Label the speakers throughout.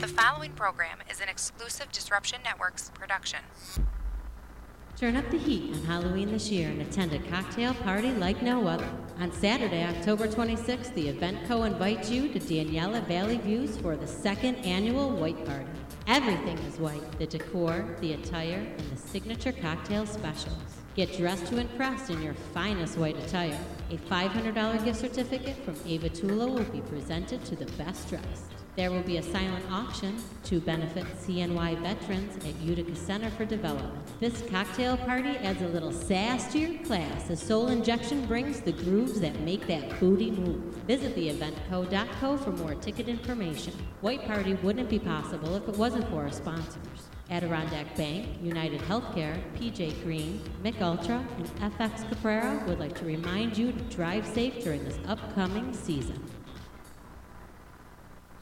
Speaker 1: The following program is an exclusive Disruption Networks production.
Speaker 2: Turn up the heat on Halloween this year and attend a cocktail party like no other. On Saturday, October 26th, the event co invites you to Daniela Valley Views for the second annual White Party. Everything is white the decor, the attire, and the signature cocktail specials. Get dressed to impress in your finest white attire. A $500 gift certificate from Ava Tula will be presented to the best dressed. There will be a silent auction to benefit CNY veterans at Utica Center for Development. This cocktail party adds a little sass to your class as Soul Injection brings the grooves that make that booty move. Visit the eventco.co for more ticket information. White Party wouldn't be possible if it wasn't for our sponsors. Adirondack Bank, United Healthcare, PJ Green, Mick Ultra, and FX Caprera would like to remind you to drive safe during this upcoming season.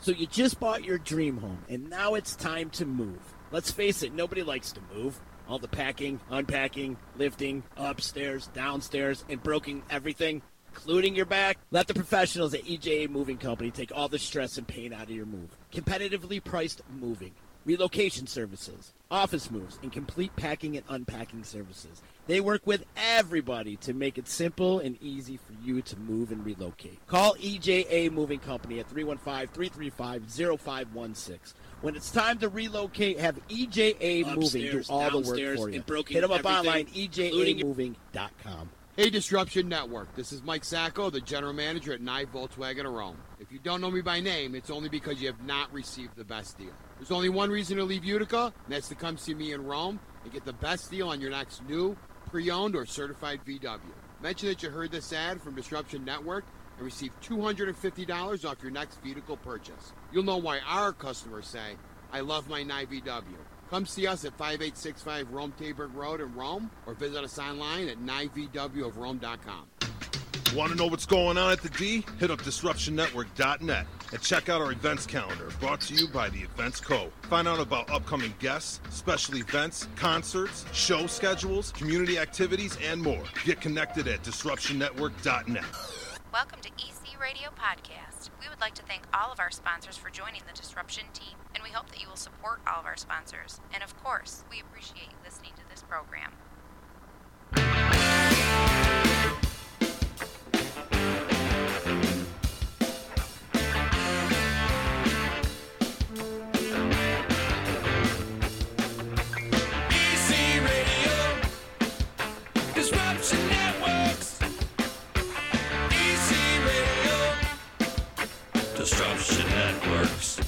Speaker 3: So you just bought your dream home, and now it's time to move. Let's face it, nobody likes to move. All the packing, unpacking, lifting, upstairs, downstairs, and broken everything, including your back. Let the professionals at EJA Moving Company take all the stress and pain out of your move. Competitively priced moving, relocation services, office moves, and complete packing and unpacking services. They work with everybody to make it simple and easy for you to move and relocate. Call EJA Moving Company at 315-335-0516. When it's time to relocate, have EJA Moving do
Speaker 4: Upstairs,
Speaker 3: all the work
Speaker 4: downstairs,
Speaker 3: for you.
Speaker 4: and broken
Speaker 3: Hit them up
Speaker 4: everything,
Speaker 3: online, E
Speaker 4: including your-
Speaker 3: ejamoving.com.
Speaker 4: Hey, Disruption Network. This is Mike Sacco, the general manager at Nye Volkswagen of Rome. If you don't know me by name, it's only because you have not received the best deal. There's only one reason to leave Utica, and that's to come see me in Rome and get the best deal on your next new, pre-owned, or certified VW. Mention that you heard this ad from Disruption Network and receive $250 off your next vehicle purchase. You'll know why our customers say, I love my Nye VW. Come see us at 5865 Rome Taberg Road in Rome or visit us online at nivwofrome.com.
Speaker 5: Want to know what's going on at the D? Hit up disruptionnetwork.net and check out our events calendar brought to you by the Events Co. Find out about upcoming guests, special events, concerts, show schedules, community activities, and more. Get connected at disruptionnetwork.net.
Speaker 1: Welcome to EC Radio Podcast. We would like to thank all of our sponsors for joining the Disruption team, and we hope that you will support all of our sponsors. And of course, we appreciate you listening to this program.
Speaker 6: EC Radio Disruption Networks. EC Radio Disruption Networks.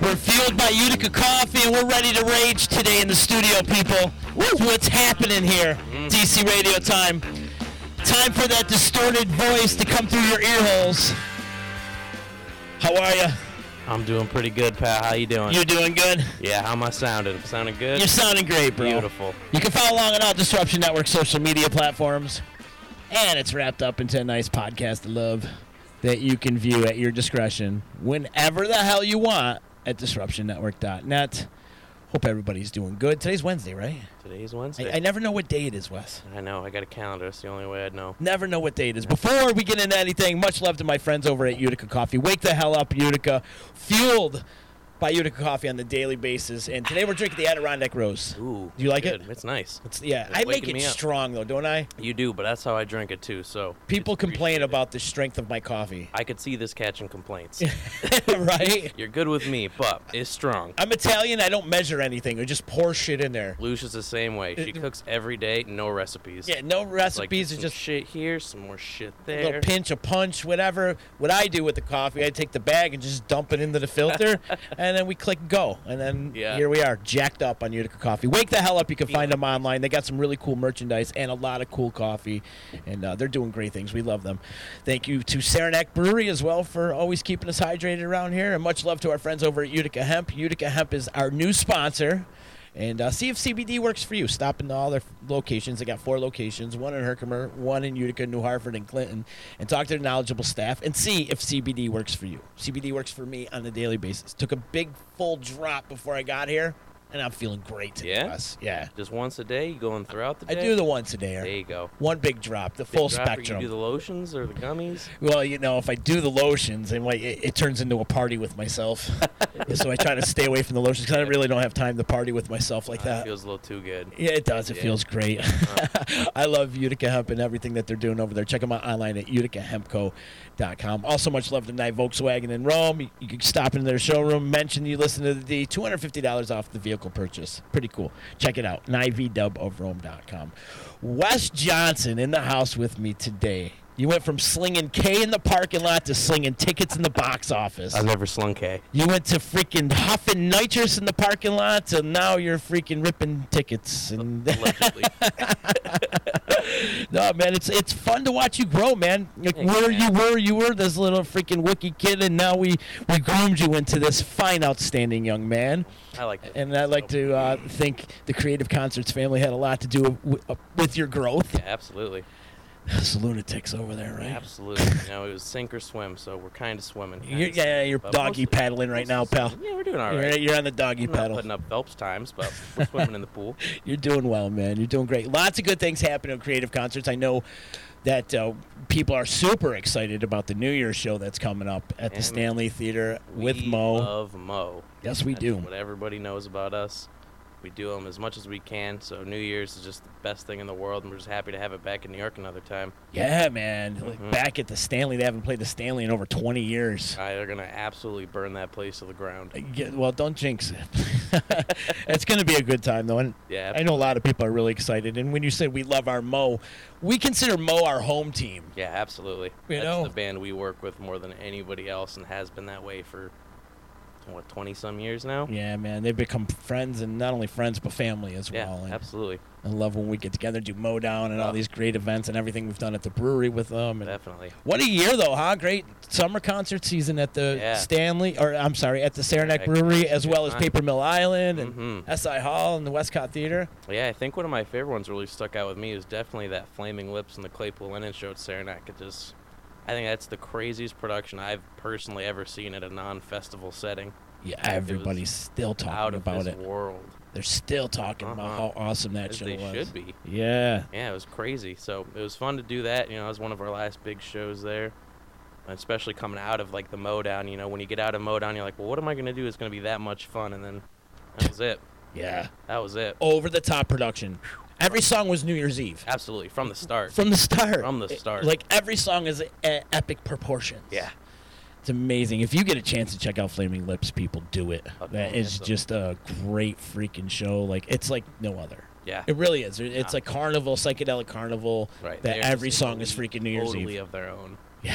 Speaker 7: We're fueled by Utica Coffee, and we're ready to rage today in the studio, people. That's what's happening here, DC Radio time. Time for that distorted voice to come through your ear holes. How are you?
Speaker 8: I'm doing pretty good, Pat. How you doing?
Speaker 7: You're doing good.
Speaker 8: yeah, how am I sounding? I'm sounding good.
Speaker 7: You're sounding great, bro.
Speaker 8: Beautiful.
Speaker 7: You can follow along on all Disruption Network social media platforms,
Speaker 9: And it's wrapped up into a nice podcast of love that you can view at your discretion whenever the hell you want at disruptionnetwork.net. Hope everybody's doing good. Today's Wednesday, right?
Speaker 8: Today's
Speaker 9: I,
Speaker 8: Wednesday.
Speaker 9: I never know what day it is, Wes.
Speaker 8: I know. I got a calendar. It's the only way I'd know.
Speaker 9: Never know what day it is. Before we get into anything, much love to my friends over at Utica Coffee. Wake the hell up, Utica. Fueled by Utica Coffee on the daily basis. And today we're drinking the Adirondack Rose.
Speaker 8: Ooh.
Speaker 9: Do you like
Speaker 8: good.
Speaker 9: it?
Speaker 8: It's nice.
Speaker 9: It's, yeah,
Speaker 8: It's
Speaker 9: I make
Speaker 8: waking
Speaker 9: it
Speaker 8: me up.
Speaker 9: strong, though, don't I?
Speaker 8: You do, but that's how I drink it too. So
Speaker 9: People
Speaker 8: it's appreciated.
Speaker 9: complain about the strength of my coffee,
Speaker 8: I could see this catching complaints.
Speaker 9: right?
Speaker 8: You're good with me, but it's strong.
Speaker 9: I'm Italian. I don't measure anything. I just pour shit in there.
Speaker 8: Lucia's the same way. She cooks every day, no recipes.
Speaker 9: Uh, Yeah, no
Speaker 8: It's like
Speaker 9: recipes.
Speaker 8: some
Speaker 9: it's just
Speaker 8: shit here, some more shit
Speaker 9: a
Speaker 8: there.
Speaker 9: little pinch, a punch, whatever. What I do with the coffee, I take the bag and just dump it into the filter, and then we click go. And then
Speaker 8: Yeah.
Speaker 9: here we are, jacked up on Utica Coffee. Wake the hell up. You can find them online. They got some really cool merchandise and a lot of cool coffee, and uh, they're doing great things. We love them. Thank you to Saranac Brewery as well for always keeping us hydrated around here, and much love to our friends over at Utica Hemp. Utica Hemp is our new sponsor. And uh, see if CBD works for you. Stop into all their locations. They got four locations one in Herkimer, one in Utica, New Hartford, and Clinton. And talk to their knowledgeable staff and see if CBD works for you. CBD works for me on a daily basis. Took a big full drop before I got here. and I'm feeling great today.
Speaker 8: Yeah?
Speaker 9: Russ. Yeah.
Speaker 8: Just once a day, you going throughout the
Speaker 9: I
Speaker 8: day?
Speaker 9: do the once a day.
Speaker 8: There you go.
Speaker 9: One big drop, the
Speaker 8: Big
Speaker 9: full
Speaker 8: dropper,
Speaker 9: spectrum.
Speaker 8: You do the lotions or the gummies?
Speaker 9: Well, you know, if I do the lotions, and like, it, it turns into a party with myself. so I try to stay away from the lotions because I really don't have time to party with myself like
Speaker 8: Uh,
Speaker 9: that.
Speaker 8: feels a little too good.
Speaker 9: yeah, it does. It
Speaker 8: Yeah.
Speaker 9: feels great. I love Utica Hemp and everything that they're doing over there. Check them out online at uticahempco.com. Also, much love to Night Volkswagen in Rome. You, you can stop into their showroom, mention you listen to the D, $250 off the vehicle purchase. Pretty cool. Check it out, nivdubofrome.com. Wes Johnson in the house with me today. You went from slinging K in the parking lot to slinging tickets in the box office.
Speaker 8: I've never slung K.
Speaker 9: You went to freaking huffing nitrous in the parking lot, till now you're freaking ripping tickets. And
Speaker 8: Allegedly.
Speaker 9: no, man, it's it's fun to watch you grow, man. Like
Speaker 8: Thanks,
Speaker 9: where
Speaker 8: man.
Speaker 9: you were, you were this little freaking wiki kid, and now we we groomed you into this fine, outstanding young man.
Speaker 8: I like it.
Speaker 9: And I'd like
Speaker 8: So,
Speaker 9: to uh, think the Creative Concerts family had a lot to do with, with your growth.
Speaker 8: yeah, absolutely.
Speaker 9: Those lunatics over there, right?
Speaker 8: Absolutely. you know, it was sink or swim, so we're kind of swimming. kinda
Speaker 9: You're, yeah, you're
Speaker 8: But
Speaker 9: doggy
Speaker 8: mostly-
Speaker 9: paddling right now, pal.
Speaker 8: Yeah, we're doing all
Speaker 9: You're,
Speaker 8: right.
Speaker 9: you're on the doggy
Speaker 8: I'm not
Speaker 9: paddle.
Speaker 8: putting up Phelps times, but we're swimming in the pool.
Speaker 9: You're doing well, man. You're doing great. Lots of good things happen at Creative Concerts. I know that uh, people are super excited about the New Year's show that's coming up at the
Speaker 8: And
Speaker 9: Stanley Theater with
Speaker 8: we
Speaker 9: Mo.
Speaker 8: Love Mo.
Speaker 9: yes, we
Speaker 8: That's
Speaker 9: do.
Speaker 8: What everybody knows about us. We do them as much as we can. So New Year's is just the best thing in the world, and we're just happy to have it back in New York another time.
Speaker 9: Yeah, man. Like,
Speaker 8: Mhm.
Speaker 9: Back at the Stanley, they haven't played the Stanley in over 20 years.
Speaker 8: Uh, they're gonna absolutely burn that place to the ground.
Speaker 9: Yeah, well, don't jinx it. it's going to be a good time, though. And
Speaker 8: Yeah,
Speaker 9: I know a lot of people are really excited. And when you say we love our Mo, we consider Mo our home team.
Speaker 8: Yeah, absolutely.
Speaker 9: You
Speaker 8: That's
Speaker 9: know?
Speaker 8: the band we work with more than anybody else, and has been that way for what twenty some years now.
Speaker 9: Yeah, man. They've become friends, and not only friends, but family as
Speaker 8: Yeah,
Speaker 9: well. And-
Speaker 8: absolutely,
Speaker 9: I love when we get together, do mow down, and all
Speaker 8: Oh.
Speaker 9: these great events and everything we've done at the brewery with them. And
Speaker 8: definitely.
Speaker 9: what a year, though, huh? Great summer concert season at the
Speaker 8: Yeah.
Speaker 9: Stanley, or I'm sorry, at the Saranac
Speaker 8: Saranac.
Speaker 9: Brewery, as well as
Speaker 8: Yeah.
Speaker 9: Paper Mill Island and
Speaker 8: Mhm.
Speaker 9: SI Hall and the Westcott Theater.
Speaker 8: Yeah, I think one of my favorite ones really stuck out with me is definitely that Flaming Lips and the Claypool Lennon show at Saranac. It just, I think that's the craziest production I've personally ever seen at a non-festival setting.
Speaker 9: Yeah, everybody's still
Speaker 8: out
Speaker 9: talking
Speaker 8: of
Speaker 9: about
Speaker 8: this
Speaker 9: it.
Speaker 8: world,
Speaker 9: They're still talking about
Speaker 8: Uh-huh.
Speaker 9: how awesome that
Speaker 8: as
Speaker 9: show
Speaker 8: they
Speaker 9: was.
Speaker 8: should be.
Speaker 9: Yeah.
Speaker 8: Yeah, it was crazy. So it was fun to do that. You know, it was one of our last big shows there. And Especially coming out of like the Modown, you know, when you get out of Modown, you're like, well, what am I gonna do? It's gonna be that much fun, and then that was it.
Speaker 9: Yeah.
Speaker 8: That was it.
Speaker 9: Over the top production. Every song was New Year's Eve.
Speaker 8: Absolutely, from the start.
Speaker 9: From the start.
Speaker 8: From the
Speaker 9: It-
Speaker 8: start.
Speaker 9: Like every song is at epic proportions.
Speaker 8: Yeah,
Speaker 9: It's amazing. If you get a chance to check out Flaming Lips, people do it.
Speaker 8: Oh,
Speaker 9: That
Speaker 8: don't
Speaker 9: is
Speaker 8: miss 'em.
Speaker 9: just a great freaking show. Like it's like no other.
Speaker 8: yeah.
Speaker 9: It really is. It- It's a carnival, psychedelic carnival.
Speaker 8: Right.
Speaker 9: That
Speaker 8: they're
Speaker 9: every
Speaker 8: just
Speaker 9: song is freaking New Year's
Speaker 8: totally
Speaker 9: Eve.
Speaker 8: of their own.
Speaker 9: Yeah.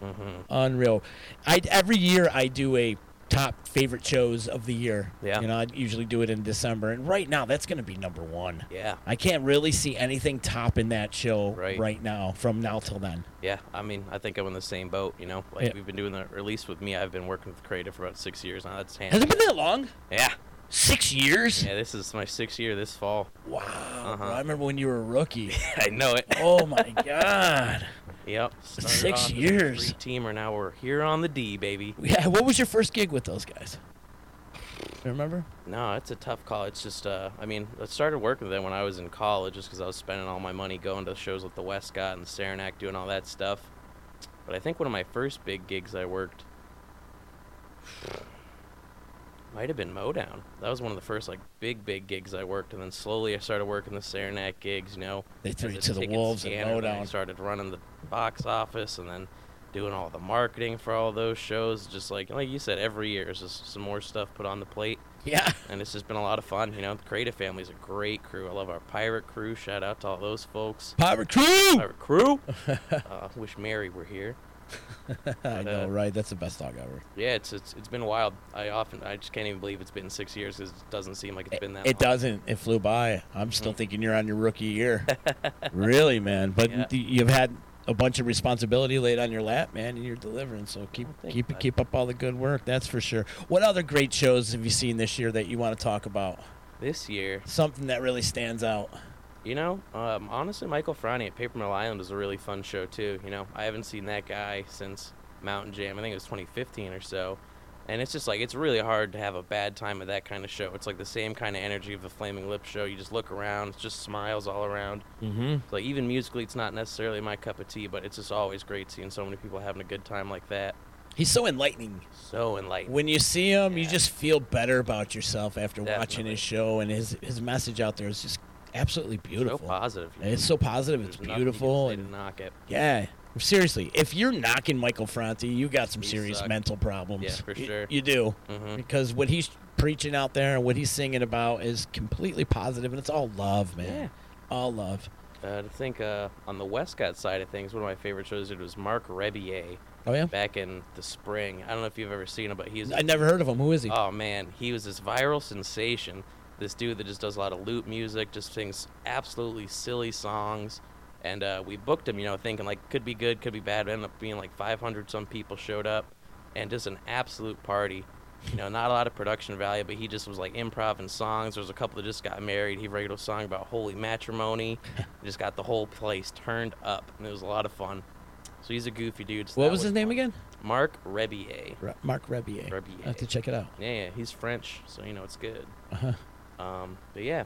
Speaker 8: hmm
Speaker 9: Unreal. I every year I do a top favorite shows of the year.
Speaker 8: Yeah.
Speaker 9: You know, I usually do it in December, and right now that's going to be number one.
Speaker 8: Yeah,
Speaker 9: I can't really see anything topping that show
Speaker 8: Right.
Speaker 9: now from now till then.
Speaker 8: yeah. I mean, I think I'm in the same boat. You know, like
Speaker 9: Yeah.
Speaker 8: we've been doing the release with me. I've been working with Creative for about six years now. That's
Speaker 9: Has
Speaker 8: handy.
Speaker 9: it been that long?
Speaker 8: Yeah,
Speaker 9: Six years?
Speaker 8: yeah. This is my sixth year this fall.
Speaker 9: Wow.
Speaker 8: Uh-huh.
Speaker 9: I remember when you were a rookie.
Speaker 8: I know it.
Speaker 9: Oh my God!
Speaker 8: Yep. started
Speaker 9: Six
Speaker 8: off as a
Speaker 9: years.
Speaker 8: Three teamer. Now we're here on the D, baby.
Speaker 9: Yeah, what was your first gig with those guys? You remember?
Speaker 8: No, it's a tough call. It's just, uh, I mean, I started working with them when I was in college, just because I was spending all my money going to shows with the Westcott and Saranac, doing all that stuff. But I think one of my first big gigs I worked might have been Modown. That was one of the first like big, big gigs I worked, and then slowly I started working the Saranac gigs. You know,
Speaker 9: They threw
Speaker 8: as
Speaker 9: you
Speaker 8: a
Speaker 9: to the
Speaker 8: ticket
Speaker 9: wolves at
Speaker 8: scanner, then I
Speaker 9: Modown.
Speaker 8: started running the box office and then doing all the marketing for all those shows. Just like like you said, every year is just some more stuff put on the plate,
Speaker 9: Yeah.
Speaker 8: and it's just been a lot of fun. You know, the Creative Family's a great crew. I love our pirate crew. Shout out to all those folks.
Speaker 9: Pirate Crew!
Speaker 8: Pirate crew. uh, wish Mary were here.
Speaker 9: I
Speaker 8: But, uh,
Speaker 9: know, right? That's the best dog ever.
Speaker 8: Yeah, it's, it's it's been wild. I often I just can't even believe it's been six years 'cause it doesn't seem like it's been that.
Speaker 9: It
Speaker 8: long. Mm.
Speaker 9: doesn't. It flew by. I'm still thinking you're on your rookie year. really, man. But
Speaker 8: Yeah.
Speaker 9: y- you've had a bunch of responsibility laid on your lap, man, and you're delivering. So keep
Speaker 8: thank
Speaker 9: keep
Speaker 8: you, bud.
Speaker 9: keep up all the good work. That's for sure. What other great shows have you seen this year that you want to talk about?
Speaker 8: This year,
Speaker 9: Something that really stands out.
Speaker 8: You know, um, honestly, Michael Franny at Paper Mill Island was a really fun show too. You know, I haven't seen that guy since Mountain Jam. I think it was 2015 or so. And it's just like it's really hard to have a bad time at that kind of show. It's like the same kind of energy of the Flaming Lips show. You just look around, it's just smiles all around.
Speaker 7: Mm-hmm.
Speaker 8: It's like even musically, it's not necessarily my cup of tea, but it's just always great seeing so many people having a good time like that.
Speaker 9: He's so enlightening.
Speaker 8: So enlightening.
Speaker 9: When you see him, you just feel better about yourself after watching
Speaker 8: Definitely.
Speaker 9: his show, and his his message out there is just absolutely beautiful.
Speaker 8: So positive. you
Speaker 9: It's
Speaker 8: know.
Speaker 9: so positive. It's
Speaker 8: There's nothing you can
Speaker 9: beautiful.
Speaker 8: say
Speaker 9: And
Speaker 8: to knock it.
Speaker 9: Yeah. Seriously, if you're knocking Michael Franti, you got some
Speaker 8: He
Speaker 9: serious
Speaker 8: sucked.
Speaker 9: mental problems.
Speaker 8: Yeah, for
Speaker 9: You-
Speaker 8: sure.
Speaker 9: You do.
Speaker 8: Mhm.
Speaker 9: Because what he's preaching out there and what he's singing about is completely positive and it's all love, man. All love.
Speaker 8: Uh, to think uh, on the Westcott side of things, one of my favorite shows did was Mark Rebier
Speaker 9: Oh yeah.
Speaker 8: back in the spring. I don't know if you've ever seen him, but he's
Speaker 9: I never heard of him. Who is he?
Speaker 8: Oh man, he was this viral sensation. This dude that just does a lot of loop music, just sings absolutely silly songs. And uh, we booked him, you know, thinking like could be good, could be bad. But ended up being like 500 some people showed up, and just an absolute party. You know, not a lot of production value, but he just was like improv and songs. There was a couple that just got married. He wrote a song about holy matrimony. He just got the whole place turned up, and it was a lot of fun. So he's a goofy dude. so
Speaker 9: what
Speaker 8: that
Speaker 9: was his name
Speaker 8: fun.
Speaker 9: again?
Speaker 8: Mark Rebier.
Speaker 9: Re- Mark Rebier.
Speaker 8: Rebier.
Speaker 9: I have to check it out.
Speaker 8: Yeah, yeah, he's French, so you know it's good.
Speaker 9: Uh-huh.
Speaker 8: Um, but yeah,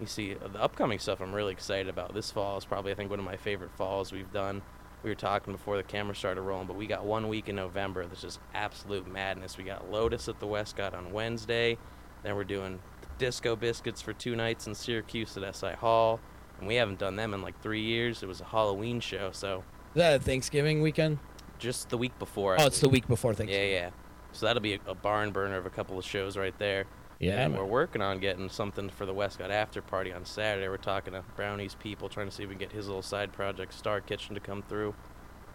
Speaker 8: you see uh, the upcoming stuff. I'm really excited about. This fall is probably I think one of my favorite falls we've done. We were talking before the camera started rolling, but we got one week in November that's just absolute madness. We got Lotus at the Westcott on Wednesday, then we're doing Disco Biscuits for two nights in Syracuse at SI Hall, and we haven't done them in like three years. It was a Halloween show, so
Speaker 9: Is that a Thanksgiving weekend?
Speaker 8: just the week before. I
Speaker 9: Oh, it's the
Speaker 8: believe.
Speaker 9: week before Thanksgiving.
Speaker 8: Yeah, yeah. So that'll be a, a barn burner of a couple of shows right there.
Speaker 9: Yeah,
Speaker 8: And
Speaker 9: man.
Speaker 8: we're working on getting something for the Westcott after party on Saturday. We're talking to Brownie's people, trying to see if we can get his little side project, Star Kitchen, to come through.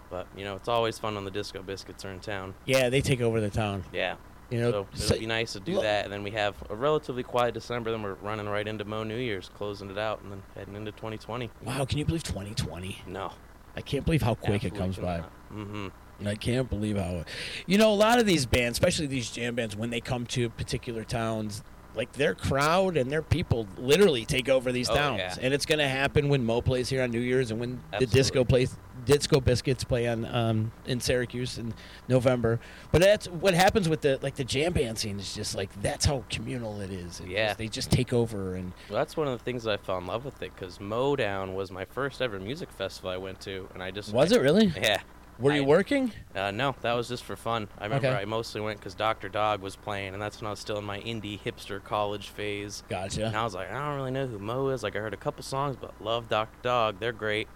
Speaker 8: But you know, it's always fun when the Disco Biscuits are in town.
Speaker 9: yeah. they take over the town.
Speaker 8: Yeah.
Speaker 9: You know,
Speaker 8: so it'll
Speaker 9: so-
Speaker 8: be nice to do
Speaker 9: look-
Speaker 8: that, and then we have a relatively quiet December. Then we're running right into Mo New Year's, closing it out, and then heading into 2020.
Speaker 9: Wow, can you believe 2020?
Speaker 8: No,
Speaker 9: I can't believe how quick it comes by.
Speaker 8: Mm-hmm.
Speaker 9: I can't believe how, you know, a lot of these bands, especially these jam bands, when they come to particular towns, like their crowd and their people literally take over these
Speaker 8: Oh,
Speaker 9: towns,
Speaker 8: yeah.
Speaker 9: and it's going to happen when Mo plays here on New Year's and when the disco
Speaker 8: Absolutely.
Speaker 9: plays, disco biscuits play on um, in Syracuse in November. But that's what happens with the like the jam band scene is just like that's how communal it is. It's
Speaker 8: Yeah.
Speaker 9: just- they just take over and
Speaker 8: Well, that's one of the things that I fell in love with it because Down was my first ever music festival I went to, and I just
Speaker 9: was it really?
Speaker 8: Yeah.
Speaker 9: Were you
Speaker 8: I-
Speaker 9: working?
Speaker 8: Uh, no, that was just for fun. I remember
Speaker 9: Okay.
Speaker 8: I mostly went because Doctor Dog was playing, and that's when I was still in my indie hipster college phase.
Speaker 9: Gotcha.
Speaker 8: And I was like, I don't really know who Mo is. Like I heard a couple songs, but love Doctor Dog. They're great.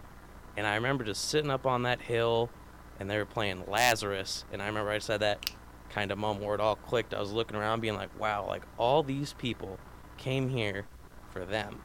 Speaker 8: And I remember just sitting up on that hill, and they were playing Lazarus, and I remember I just had that kind of moment where it all clicked. I was looking around, being like, wow, like all these people came here for them.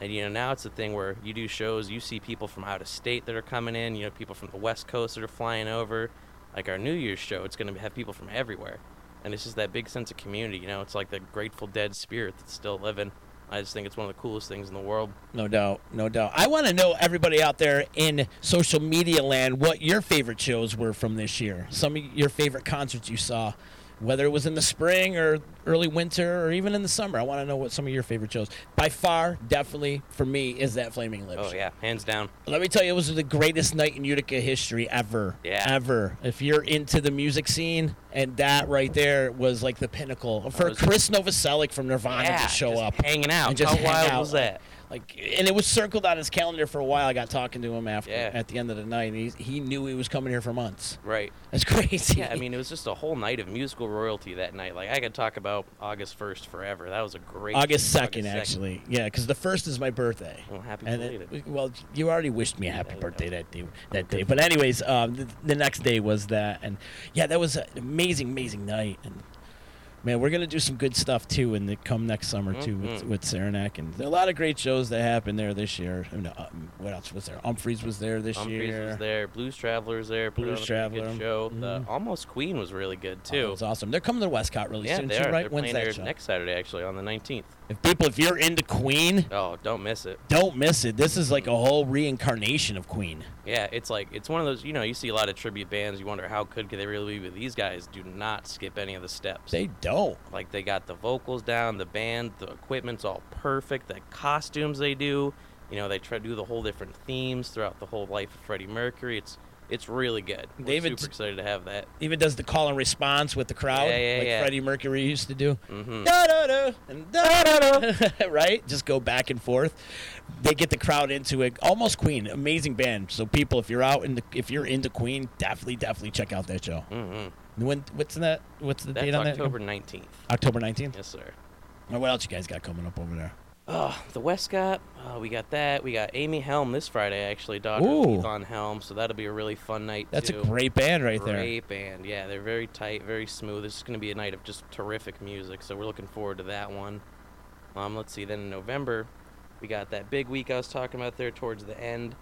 Speaker 8: And you know, now it's a thing where you do shows, you see people from out of state that are coming in, you know, people from the West Coast that are flying over. Like our New Year's show, it's going to have people from everywhere. And it's just that big sense of community, you know, it's like the Grateful Dead spirit that's still living. I just think it's one of the coolest things in the world. Oh,
Speaker 9: No doubt, no doubt. I want to know everybody out there in social media land what your favorite shows were from this year. Some of your favorite concerts you saw, whether it was in the spring or early winter or even in the summer. I want to know what some of your favorite shows. By far, definitely for me is that Flaming Lips.
Speaker 8: Oh, yeah, hands down.
Speaker 9: Let me tell you, it was the greatest night in Utica history ever.
Speaker 8: Yeah.
Speaker 9: Ever. If you're into the music scene, and that right there was like the pinnacle. For
Speaker 8: was-
Speaker 9: Chris Novoselic from Nirvana
Speaker 8: yeah,
Speaker 9: to show
Speaker 8: just
Speaker 9: up
Speaker 8: Hanging out.
Speaker 9: and just
Speaker 8: How
Speaker 9: hang
Speaker 8: wild
Speaker 9: out.
Speaker 8: was that?
Speaker 9: Like, and it was circled on his calendar for a while. I got talking to him after
Speaker 8: Yeah.
Speaker 9: at the end of the night. And he he knew he was coming here for months.
Speaker 8: Right.
Speaker 9: That's crazy.
Speaker 8: Yeah, I mean, it was just a whole night of musical royalty that night. Like, I could talk about August 1st forever. That was a great
Speaker 9: August second, actually. Yeah, because the first is my birthday.
Speaker 8: Well, Oh, happy
Speaker 9: and
Speaker 8: belated.
Speaker 9: it- well, you already wished me a happy
Speaker 8: Yeah, you
Speaker 9: birthday
Speaker 8: know.
Speaker 9: that day. That day. But anyways, um, the, the next day was that, and yeah, that was an amazing, amazing night. And man, we're gonna do some good stuff too, in the come next summer too with
Speaker 8: Mhm.
Speaker 9: with Saranac, and there are a lot of great shows that happened there this year. I mean, uh, what else was there? Humphreys was there this
Speaker 8: Humphreys
Speaker 9: year.
Speaker 8: was there. Blues Travelers there. put on
Speaker 9: Blues
Speaker 8: a pretty
Speaker 9: Traveler.
Speaker 8: Good show. The
Speaker 9: Mhm.
Speaker 8: Almost Queen was really good
Speaker 9: Oh, that
Speaker 8: too.
Speaker 9: was awesome. They're coming to Westcott really
Speaker 8: yeah,
Speaker 9: soon
Speaker 8: they
Speaker 9: too,
Speaker 8: are.
Speaker 9: right?
Speaker 8: They're
Speaker 9: When's
Speaker 8: playing
Speaker 9: that
Speaker 8: there
Speaker 9: show?
Speaker 8: next Saturday actually on the 19th.
Speaker 9: If people, if you're into Queen,
Speaker 8: Oh, don't miss it.
Speaker 9: don't miss it. This is like a whole reincarnation of Queen.
Speaker 8: Yeah, it's like it's one of those. You know, you see a lot of tribute bands. You wonder how good could they really be, but these guys do not skip any of the steps.
Speaker 9: They don't.
Speaker 8: Like they got the vocals down, the band, the equipment's all perfect, the costumes they do. You know, they try to do the whole different themes throughout the whole life of Freddie Mercury. It's It's really good. We're
Speaker 9: David-
Speaker 8: super excited to have that.
Speaker 9: Even does the call and response with the crowd,
Speaker 8: Yeah, yeah,
Speaker 9: like
Speaker 8: yeah.
Speaker 9: Freddie Mercury used to do.
Speaker 8: hmm
Speaker 9: Da da da and da da da, right? Just go back and forth. They get the crowd into it. Almost Queen, amazing band. So people, if you're out in the, if you're into Queen, definitely, definitely check out that show.
Speaker 8: hmm
Speaker 9: When, what's that? What's the date
Speaker 8: That's
Speaker 9: on
Speaker 8: October 19th.
Speaker 9: that? October nineteenth. Oh,
Speaker 8: Yes, sir.
Speaker 9: What else you guys got coming up over there?
Speaker 8: Oh, the Westcott. Uh, we got that. We got Amy Helm this Friday, actually, daughter
Speaker 9: Ooh.
Speaker 8: of Ethan Helm. So that'll be a really fun night.
Speaker 9: That's
Speaker 8: too.
Speaker 9: a great band right there.
Speaker 8: Great band. Yeah, they're very tight, very smooth. It's going to be a night of just terrific music, so we're looking forward to that one. Um, let's see. Then in November, we got that big week I was talking about there towards the end.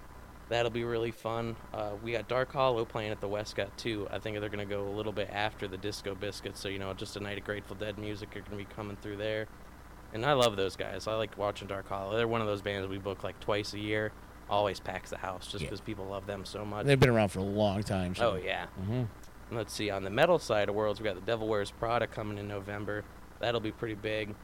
Speaker 8: That'll be really fun. Uh, we got Dark Hollow playing at the Westcott too. I think they're going to go a little bit after the Disco Biscuits, so you know, just a night of Grateful Dead music are going to be coming through there. And I love those guys. I like watching Dark Hollow. They're one of those bands we book like twice a year. Always packs the house just
Speaker 9: Yeah.
Speaker 8: because people love them so much.
Speaker 9: They've been around for a long time. So.
Speaker 8: oh yeah.
Speaker 9: hmm
Speaker 8: Let's see, on the metal side of Worlds, we got the Devil Wears Prada coming in November. That'll be pretty big.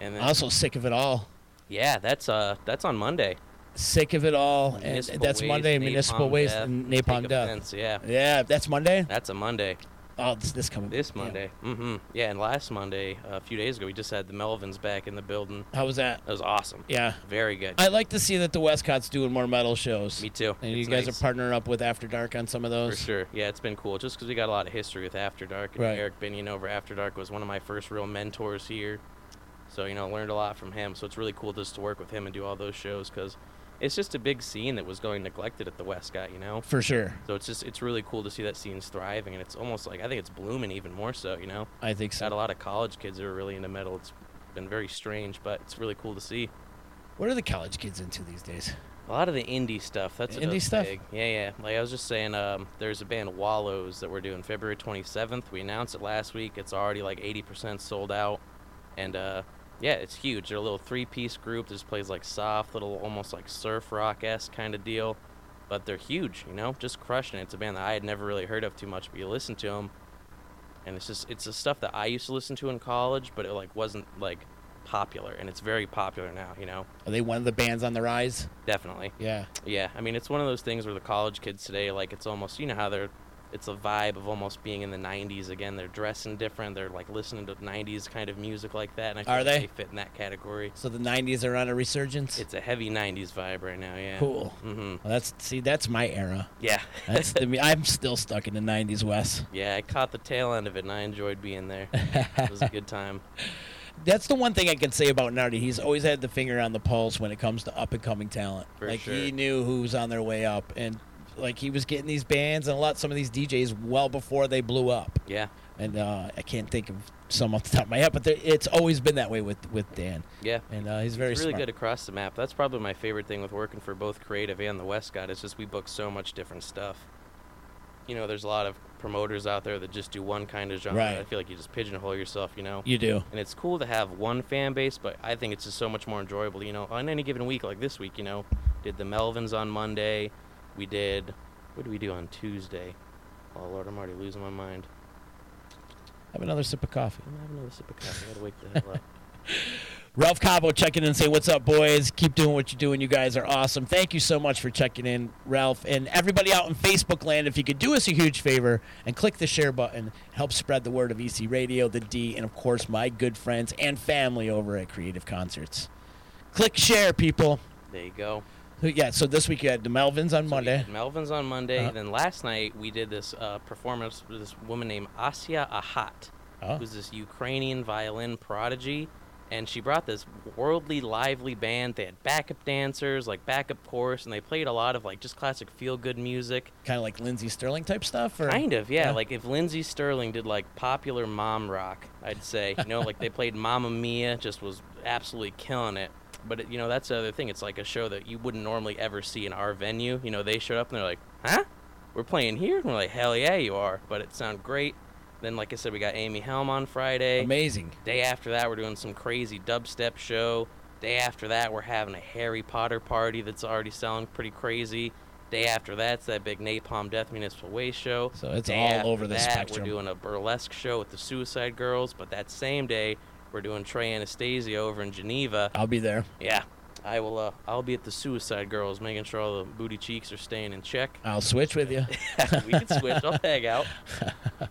Speaker 8: And then,
Speaker 9: Also sick of it all.
Speaker 8: yeah, that's uh, that's on Monday.
Speaker 9: Sick of it all. And
Speaker 8: Municipal
Speaker 9: that's
Speaker 8: Waste,
Speaker 9: Monday. Municipal
Speaker 8: Napalm
Speaker 9: waste.
Speaker 8: Death,
Speaker 9: and
Speaker 8: Take
Speaker 9: Napalm Death.
Speaker 8: Offense, Yeah,
Speaker 9: Yeah, that's Monday.
Speaker 8: that's a Monday.
Speaker 9: Oh, this, this coming.
Speaker 8: This
Speaker 9: yeah.
Speaker 8: Monday. Mm-hmm. Yeah, and last Monday, a few days ago, we just had the Melvins back in the building.
Speaker 9: How was that?
Speaker 8: That was awesome.
Speaker 9: Yeah,
Speaker 8: Very good.
Speaker 9: I like to see that the Westcott's doing more metal shows.
Speaker 8: Me too.
Speaker 9: And you
Speaker 8: It's
Speaker 9: guys
Speaker 8: nice.
Speaker 9: are partnering up with After Dark on some of those.
Speaker 8: For sure. Yeah, it's been cool. Just because we got a lot of history with After Dark. And
Speaker 9: Right.
Speaker 8: Eric Binion over After Dark was one of my first real mentors here. So, you know, learned a lot from him. So it's really cool just to work with him and do all those shows because it's just a big scene that was going neglected at the Westcott, you know?
Speaker 9: For sure.
Speaker 8: So it's just, it's really cool to see that scene's thriving. And it's almost like, I think it's blooming even more so, you know?
Speaker 9: I think
Speaker 8: Got a
Speaker 9: so.
Speaker 8: lot of college kids that are really into metal. It's been very strange, but it's really cool to see.
Speaker 9: What are the college kids into these days?
Speaker 8: A lot of the indie stuff. That's what
Speaker 9: Indie
Speaker 8: does
Speaker 9: stuff?
Speaker 8: Big. Yeah, yeah. Like I was just saying, um, there's a band Wallows that we're doing February 27th. We announced it last week. It's already like 80% sold out, and uh, yeah, it's huge. They're a little three-piece group that just plays like soft, little almost like surf rock esque kind of deal, but they're huge. You know, just crushing it. It's a band that I had never really heard of too much, but you listen to them, and it's just it's the stuff that I used to listen to in college, but it like wasn't like popular, and it's very popular now. You know,
Speaker 9: Are they one of the bands on the rise?
Speaker 8: definitely.
Speaker 9: Yeah.
Speaker 8: Yeah, I mean, it's one of those things where the college kids today, like, it's almost, you know how they're, it's a vibe of almost being in the 90s again. They're dressing different. They're, like, listening to 90s kind of music like that. And I feel
Speaker 9: Are
Speaker 8: like
Speaker 9: they?
Speaker 8: fit in that category.
Speaker 9: So the '90s are on a resurgence.
Speaker 8: It's a heavy 90s vibe right now, yeah.
Speaker 9: cool.
Speaker 8: Mm-hmm.
Speaker 9: Well, that's see, that's my era.
Speaker 8: Yeah.
Speaker 9: That's the, I'm still stuck in the '90s, Wes.
Speaker 8: yeah, I caught the tail end of it, and I enjoyed being there. it was a good time.
Speaker 9: That's the one thing I can say about Nardi. He's always had the finger on the pulse when it comes to up and coming talent.
Speaker 8: For
Speaker 9: like
Speaker 8: sure.
Speaker 9: he knew who was on their way up, and like he was getting these bands and a lot some of these DJs well before they blew up.
Speaker 8: Yeah.
Speaker 9: And uh, I can't think of some off the top of my head, but there, it's always been that way with with Dan,
Speaker 8: Yeah.
Speaker 9: and uh, he's very
Speaker 8: It's really
Speaker 9: smart.
Speaker 8: good across the map. That's probably my favorite thing with working for both Creative and the Westcott. It's just we book so much different stuff. You know, there's a lot of promoters out there that just do one kind of genre.
Speaker 9: Right.
Speaker 8: I feel like you just pigeonhole yourself, you know.
Speaker 9: You do.
Speaker 8: and it's cool to have one fan base, but I think it's just so much more enjoyable. You know, on any given week, like this week, you know, did the Melvins on Monday. We did. What did we do on Tuesday? Oh Lord, I'm already losing my mind.
Speaker 9: Have another sip of coffee.
Speaker 8: I'm gonna have another sip of coffee. I gotta wake the hell up.
Speaker 9: Ralph Cabo checking in and say, What's up, boys? Keep doing what you're doing. You guys are awesome. Thank you so much for checking in, Ralph. And everybody out in Facebook land, if you could do us a huge favor and click the share button, help spread the word of EC Radio, the D, and of course, my good friends and family over at Creative Concerts. Click share, people.
Speaker 8: There you go.
Speaker 9: So, Yeah, so this week you had the Melvins on
Speaker 8: So we
Speaker 9: Monday.
Speaker 8: had Melvin's on Monday.
Speaker 9: Uh.
Speaker 8: Then last night we did this uh, performance with this woman named Asya Ahat,
Speaker 9: Oh.
Speaker 8: who's this Ukrainian violin prodigy, and she brought this worldly, lively band. They had backup dancers, like backup chorus, and they played a lot of like just classic feel-good music.
Speaker 9: Kind of like Lindsey Sterling type stuff? Or?
Speaker 8: Kind of, yeah.
Speaker 9: Yeah.
Speaker 8: Like if Lindsey Sterling did like popular mom rock, I'd say, you know, like they played Mamma Mia, just was absolutely killing it. But it, you know, that's the other thing. It's like a show that you wouldn't normally ever see in our venue. You know, they showed up and they're like, "Huh? We're playing here?" And we're like, "Hell yeah, you are!" But it sounded great. Then, like I said, we got Amy Helm on Friday.
Speaker 9: Amazing.
Speaker 8: Day after that, we're doing some crazy dubstep show. Day after that, we're having a Harry Potter party that's already selling pretty crazy. Day after that's that big Napalm Death Municipal Waste show.
Speaker 9: So it's
Speaker 8: Day
Speaker 9: all
Speaker 8: after
Speaker 9: over the
Speaker 8: that,
Speaker 9: spectrum.
Speaker 8: We're doing a burlesque show with the Suicide
Speaker 9: Oh.
Speaker 8: Girls, but that same day, we're doing Trey Anastasia over in Geneva.
Speaker 9: I'll be there.
Speaker 8: Yeah. I will. Uh, I'll be at the Suicide Girls, making sure all the booty cheeks are staying in check.
Speaker 9: I'll switch with you.
Speaker 8: we can switch. I'll tag out.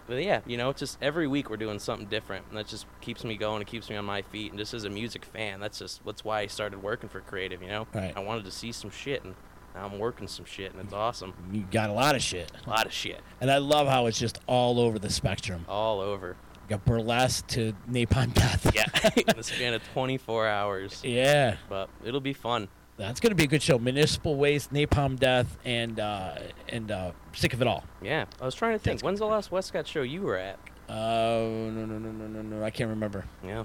Speaker 8: But yeah, you know, it's just every week we're doing something different, and that just keeps me going. It keeps me on my feet, and just as a music fan, that's just that's why I started working for creative. You know,
Speaker 9: Right.
Speaker 8: I wanted to see some shit, and now I'm working some shit, and it's awesome.
Speaker 9: You got a lot of shit.
Speaker 8: A lot of shit
Speaker 9: And I love how it's just all over the spectrum.
Speaker 8: all over.
Speaker 9: You got burlesque to napalm death.
Speaker 8: Yeah, in the span of 24 hours.
Speaker 9: Yeah.
Speaker 8: But it'll be fun.
Speaker 9: That's going to be a good show. Municipal Waste, Napalm Death, and uh, and uh, Sick of It All.
Speaker 8: Yeah, I was trying to think.
Speaker 9: That's
Speaker 8: When's the last Westcott show you were at?
Speaker 9: Oh, no, no, no, no, no, no. I can't remember.
Speaker 8: Yeah,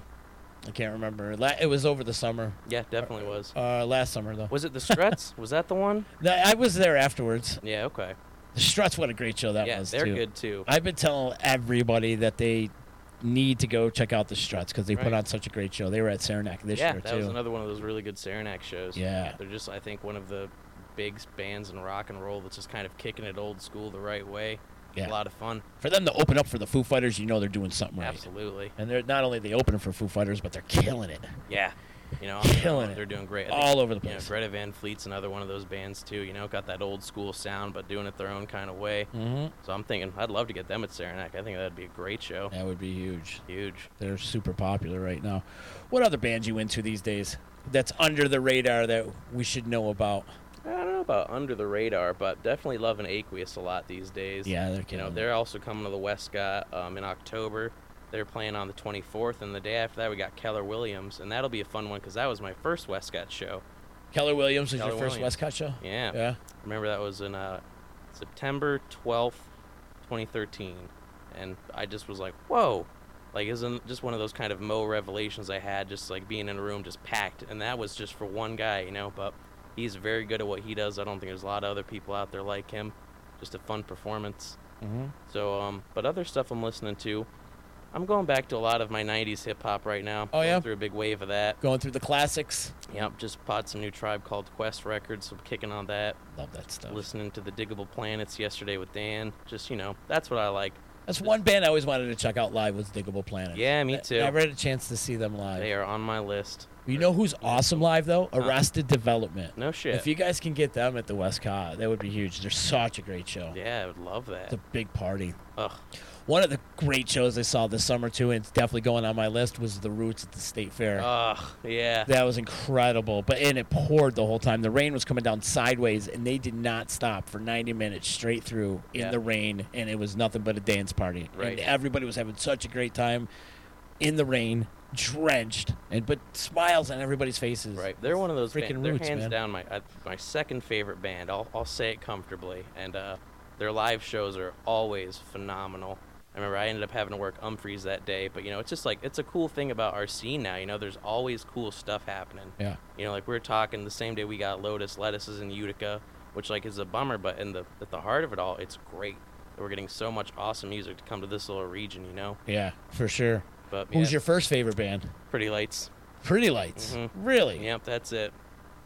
Speaker 9: I can't remember. La- it was over the summer.
Speaker 8: yeah, definitely was.
Speaker 9: Uh, last summer, though.
Speaker 8: Was it the Struts? was that the one?
Speaker 9: No, I was there afterwards.
Speaker 8: Yeah, okay.
Speaker 9: The Struts, what a great show that
Speaker 8: yeah,
Speaker 9: was,
Speaker 8: they're
Speaker 9: too.
Speaker 8: good too.
Speaker 9: I've been telling everybody that they need to go check out the Struts because they put
Speaker 8: Right.
Speaker 9: on such a great show. They were at Saranac this
Speaker 8: yeah,
Speaker 9: year,
Speaker 8: that
Speaker 9: too.
Speaker 8: was another one of those really good Saranac shows.
Speaker 9: Yeah.
Speaker 8: They're just, I think, one of the big bands in rock and roll that's just kind of kicking it old school the right way.
Speaker 9: Yeah.
Speaker 8: A lot of fun.
Speaker 9: for them to open up for the Foo Fighters, you know they're doing something right.
Speaker 8: Absolutely.
Speaker 9: And they're not only they open for Foo Fighters, but they're killing it.
Speaker 8: Yeah. You know,
Speaker 9: Killing it.
Speaker 8: they're doing great. I think,
Speaker 9: All over the
Speaker 8: you know,
Speaker 9: place.
Speaker 8: Greta Van Fleet's another one of those bands too. You know, got that old school sound, but doing it their own kind of way.
Speaker 9: mm-hmm.
Speaker 8: So I'm thinking, I'd love to get them at Saranac. I think that'd be a great show.
Speaker 9: That would be huge.
Speaker 8: Huge.
Speaker 9: They're super popular right now. What other bands you into these days? That's under the radar that we should know about.
Speaker 8: I don't know about under the radar, but definitely loving Aqueous a lot these days.
Speaker 9: Yeah, they're
Speaker 8: You know,
Speaker 9: killing it.
Speaker 8: they're also coming to the Westcott um, in October. They're playing on the 24th, and the day after that, we got Keller Williams, and that'll be a fun one because that was my first Westcott show.
Speaker 9: Keller Williams was
Speaker 8: Keller
Speaker 9: your first
Speaker 8: Williams.
Speaker 9: Westcott show.
Speaker 8: Yeah.
Speaker 9: Yeah.
Speaker 8: Remember that was in uh, September 12th, 2013, and I just was like, whoa. Like, isn't just one of those kind of mo revelations I had, just like being in a room just packed, and that was just for one guy, you know. But he's very good at what he does. I don't think there's a lot of other people out there like him. Just a fun performance.
Speaker 9: Mm-hmm.
Speaker 8: So, um, but other stuff I'm listening to, I'm going back to a lot of my '90s hip hop right now.
Speaker 9: Oh,
Speaker 8: Going
Speaker 9: yeah?
Speaker 8: through a big wave of that.
Speaker 9: Going through the classics.
Speaker 8: Yep, just bought some new Tribe Called Quest records, so I'm kicking on that
Speaker 9: Love that stuff.
Speaker 8: listening to the Diggable Planets yesterday with Dan. Just you know, that's what I like.
Speaker 9: That's one band I always wanted to check out live was Diggable Planet.
Speaker 8: Yeah, me
Speaker 9: I-
Speaker 8: too.
Speaker 9: Never had a chance to see them live.
Speaker 8: They are on my list.
Speaker 9: You know who's awesome live though? Arrested Development.
Speaker 8: No shit.
Speaker 9: If you guys can get them at the Westcott, that would be huge. They're such a great show.
Speaker 8: yeah, I would love that.
Speaker 9: It's a big party.
Speaker 8: Ugh,
Speaker 9: One of the great shows I saw this summer too, and it's definitely going on my list, was The Roots at the State Fair.
Speaker 8: ugh, yeah.
Speaker 9: that was incredible, but and it poured the whole time. The rain was coming down sideways, and they did not stop for 90 minutes straight through in
Speaker 8: Yeah.
Speaker 9: the rain, and it was nothing but a dance party.
Speaker 8: Right.
Speaker 9: And everybody was having such a great time in the rain, drenched, and but smiles on everybody's faces.
Speaker 8: Right, they're one of those
Speaker 9: freaking
Speaker 8: bands. They're
Speaker 9: roots,
Speaker 8: hands
Speaker 9: man.
Speaker 8: down my uh, my second favorite band. I'll I'll say it comfortably. And uh, their live shows are always phenomenal. I remember I ended up having to work Umphreys that day, but you know, it's just like it's a cool thing about our scene now. You know, there's always cool stuff happening.
Speaker 9: Yeah.
Speaker 8: You know, like we were talking the same day we got Lotus Lettuces in Utica, which like is a bummer, but in the at the heart of it all, it's great that we're getting so much awesome music to come to this little region. You know,
Speaker 9: Yeah, for sure.
Speaker 8: but
Speaker 9: Who's
Speaker 8: yeah,
Speaker 9: your first favorite band?
Speaker 8: Pretty Lights?
Speaker 9: Pretty Lights.
Speaker 8: Mhm.
Speaker 9: Really?
Speaker 8: Yep, that's it.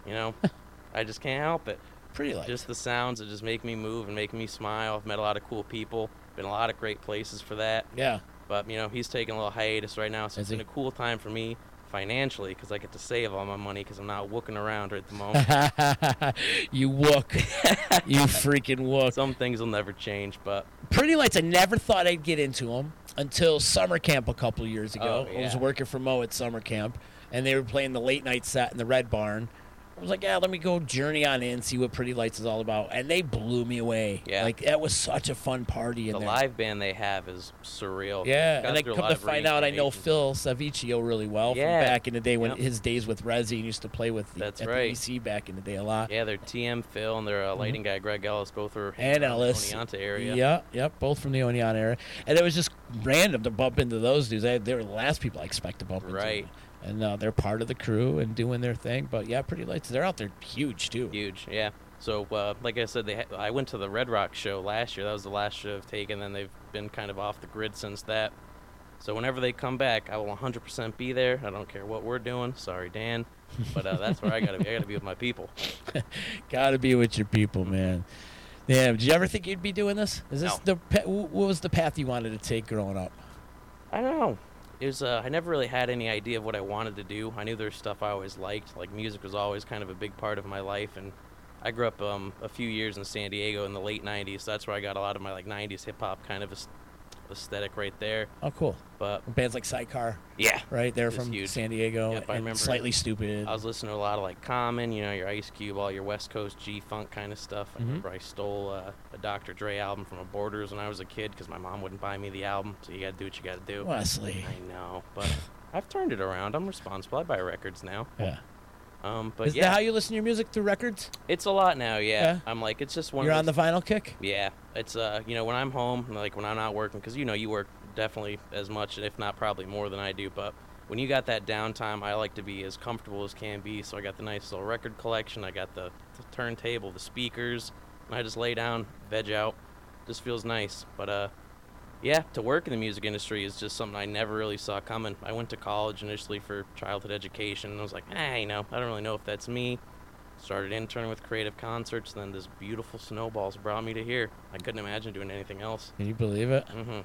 Speaker 8: You know, I just can't help it.
Speaker 9: Pretty Lights.
Speaker 8: Just the sounds that just make me move and make me smile. I've met a lot of cool people. Been a lot of great places for that.
Speaker 9: yeah.
Speaker 8: But you know, he's taking a little hiatus right now, so
Speaker 9: Is
Speaker 8: it's been
Speaker 9: he?
Speaker 8: a cool time for me financially because I get to save all my money because I'm not looking around right at the moment.
Speaker 9: you wook. you freaking wook.
Speaker 8: Some things will never change, but
Speaker 9: Pretty Lights, I never thought I'd get into them until summer camp a couple years ago.
Speaker 8: Oh,
Speaker 9: I was
Speaker 8: yeah.
Speaker 9: working for Mo at summer camp, and they were playing the late night set in the Red Barn. I was like, yeah, let me go journey on in, see what Pretty Lights is all about. And they blew me away.
Speaker 8: Yeah.
Speaker 9: Like, that was such a fun party in
Speaker 8: the
Speaker 9: there.
Speaker 8: live band they have is surreal.
Speaker 9: Yeah,
Speaker 8: Gone
Speaker 9: and I
Speaker 8: through a
Speaker 9: come
Speaker 8: lot
Speaker 9: to
Speaker 8: of
Speaker 9: find out, I know
Speaker 8: reincarnations.
Speaker 9: Phil Savicchio really well
Speaker 8: Yeah.
Speaker 9: from back in the day when
Speaker 8: Yep.
Speaker 9: his days with Rezzy and used to play with the,
Speaker 8: That's
Speaker 9: at
Speaker 8: right.
Speaker 9: the EC back in the day a lot.
Speaker 8: Yeah, their TM Phil and their uh, lighting guy Greg Ellis both are
Speaker 9: Mm-hmm. And Ellis,
Speaker 8: Oneonta area.
Speaker 9: Yeah, yep, both from the Oneonta area, and it was just random to bump into those dudes. They, they were the last people I expect to bump into,
Speaker 8: Right.
Speaker 9: And uh, they're part of the crew and doing their thing. But yeah, Pretty Lights, they're out there huge too.
Speaker 8: Huge, yeah. So, uh, like I said, they ha- I went to the Red Rock show last year. That was the last show I've taken. Then they've been kind of off the grid since that. So whenever they come back, I will 100% be there. I don't care what we're doing. Sorry, Dan, but uh, that's where I gotta be. I gotta be with my people.
Speaker 9: Got to be with your people, man. Damn, did you ever think you'd be doing this? Is this
Speaker 8: No.
Speaker 9: the pa- wh- what was the path you wanted to take growing up?
Speaker 8: I don't know. it was uh, I never really had any idea of what I wanted to do. I knew there was stuff I always liked. Like music was always kind of a big part of my life, and I grew up um, a few years in San Diego in the late '90s. So that's where I got a lot of my like '90s hip hop kind of aes- aesthetic right there.
Speaker 9: Oh, cool.
Speaker 8: But
Speaker 9: Bands like Sidecar,
Speaker 8: yeah,
Speaker 9: right? They're
Speaker 8: It's
Speaker 9: from
Speaker 8: huge.
Speaker 9: San Diego
Speaker 8: Yep, I
Speaker 9: and
Speaker 8: remember.
Speaker 9: slightly stupid.
Speaker 8: I was listening to a lot of like Common, you know, your Ice Cube, all your West Coast G Funk kind of stuff. I remember I stole uh, a Dr. Dre album from a Borders when I was a kid because my mom wouldn't buy me the album. So you got to do what you got to do.
Speaker 9: Wesley.
Speaker 8: I know, but I've turned it around. I'm responsible. I buy records now.
Speaker 9: Yeah.
Speaker 8: Um, but
Speaker 9: Is
Speaker 8: yeah,
Speaker 9: that how you listen to your music through records?
Speaker 8: it's a lot now. Yeah.
Speaker 9: Yeah?
Speaker 8: I'm like, it's just one.
Speaker 9: You're
Speaker 8: of
Speaker 9: on the
Speaker 8: those-
Speaker 9: vinyl kick?
Speaker 8: Yeah, it's uh, you know, when I'm home, like when I'm not working, because you know you work definitely as much, if not probably more than I do. But when you got that downtime, I like to be as comfortable as can be. So I got the nice little record collection. I got the, the turntable, the speakers, and I just lay down, veg out. Just feels nice. But uh, yeah, to work in the music industry is just something I never really saw coming. I went to college initially for childhood education, and I was like, eh, you know, I don't really know if that's me. Started interning with Creative Concerts, then this beautiful snowballs brought me to here. I couldn't imagine doing anything else.
Speaker 9: Can you believe it?
Speaker 8: hmm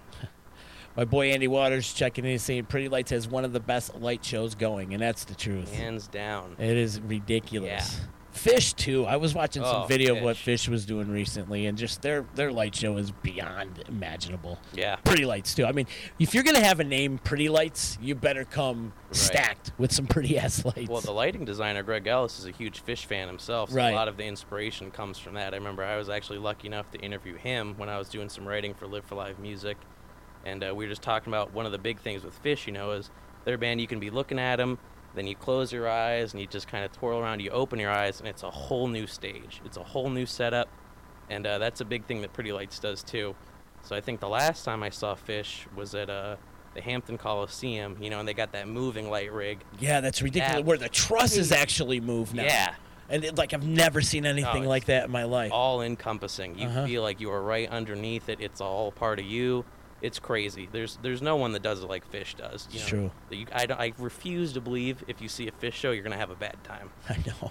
Speaker 9: My boy Andy Waters checking in saying Pretty Lights has one of the best light shows going, and that's the truth.
Speaker 8: Hands down.
Speaker 9: It is ridiculous. Fish too. I was watching some
Speaker 8: Oh,
Speaker 9: video of what
Speaker 8: Fish.
Speaker 9: Fish was doing recently, and just their their light show is beyond imaginable.
Speaker 8: Yeah.
Speaker 9: Pretty Lights too. I mean, if you're gonna have a name, Pretty Lights, you better come
Speaker 8: Right.
Speaker 9: stacked with some pretty ass lights.
Speaker 8: Well, the lighting designer Greg Ellis is a huge Fish fan himself, so
Speaker 9: Right.
Speaker 8: a lot of the inspiration comes from that. I remember I was actually lucky enough to interview him when I was doing some writing for Live for Live Music, and uh, we were just talking about one of the big things with Fish. You know, is their band. You can be looking at them, then you close your eyes and you just kind of twirl around. You open your eyes, and it's a whole new stage. It's a whole new setup, and uh, that's a big thing that Pretty Lights does too. So I think the last time I saw Fish was at uh, the Hampton Coliseum. You know, and they got that moving light rig.
Speaker 9: yeah, that's ridiculous.
Speaker 8: Yeah.
Speaker 9: Where the trusses actually move now.
Speaker 8: Yeah.
Speaker 9: and it, like I've never seen anything
Speaker 8: it's
Speaker 9: like that in my life.
Speaker 8: all encompassing. You
Speaker 9: Uh-huh.
Speaker 8: feel like you are right underneath it. It's all part of you. It's crazy. There's there's no one that does it like Fish does. You
Speaker 9: It's
Speaker 8: know?
Speaker 9: true.
Speaker 8: You- I, don't- I refuse to believe if you see a Fish show, you're gonna have a bad time.
Speaker 9: I know.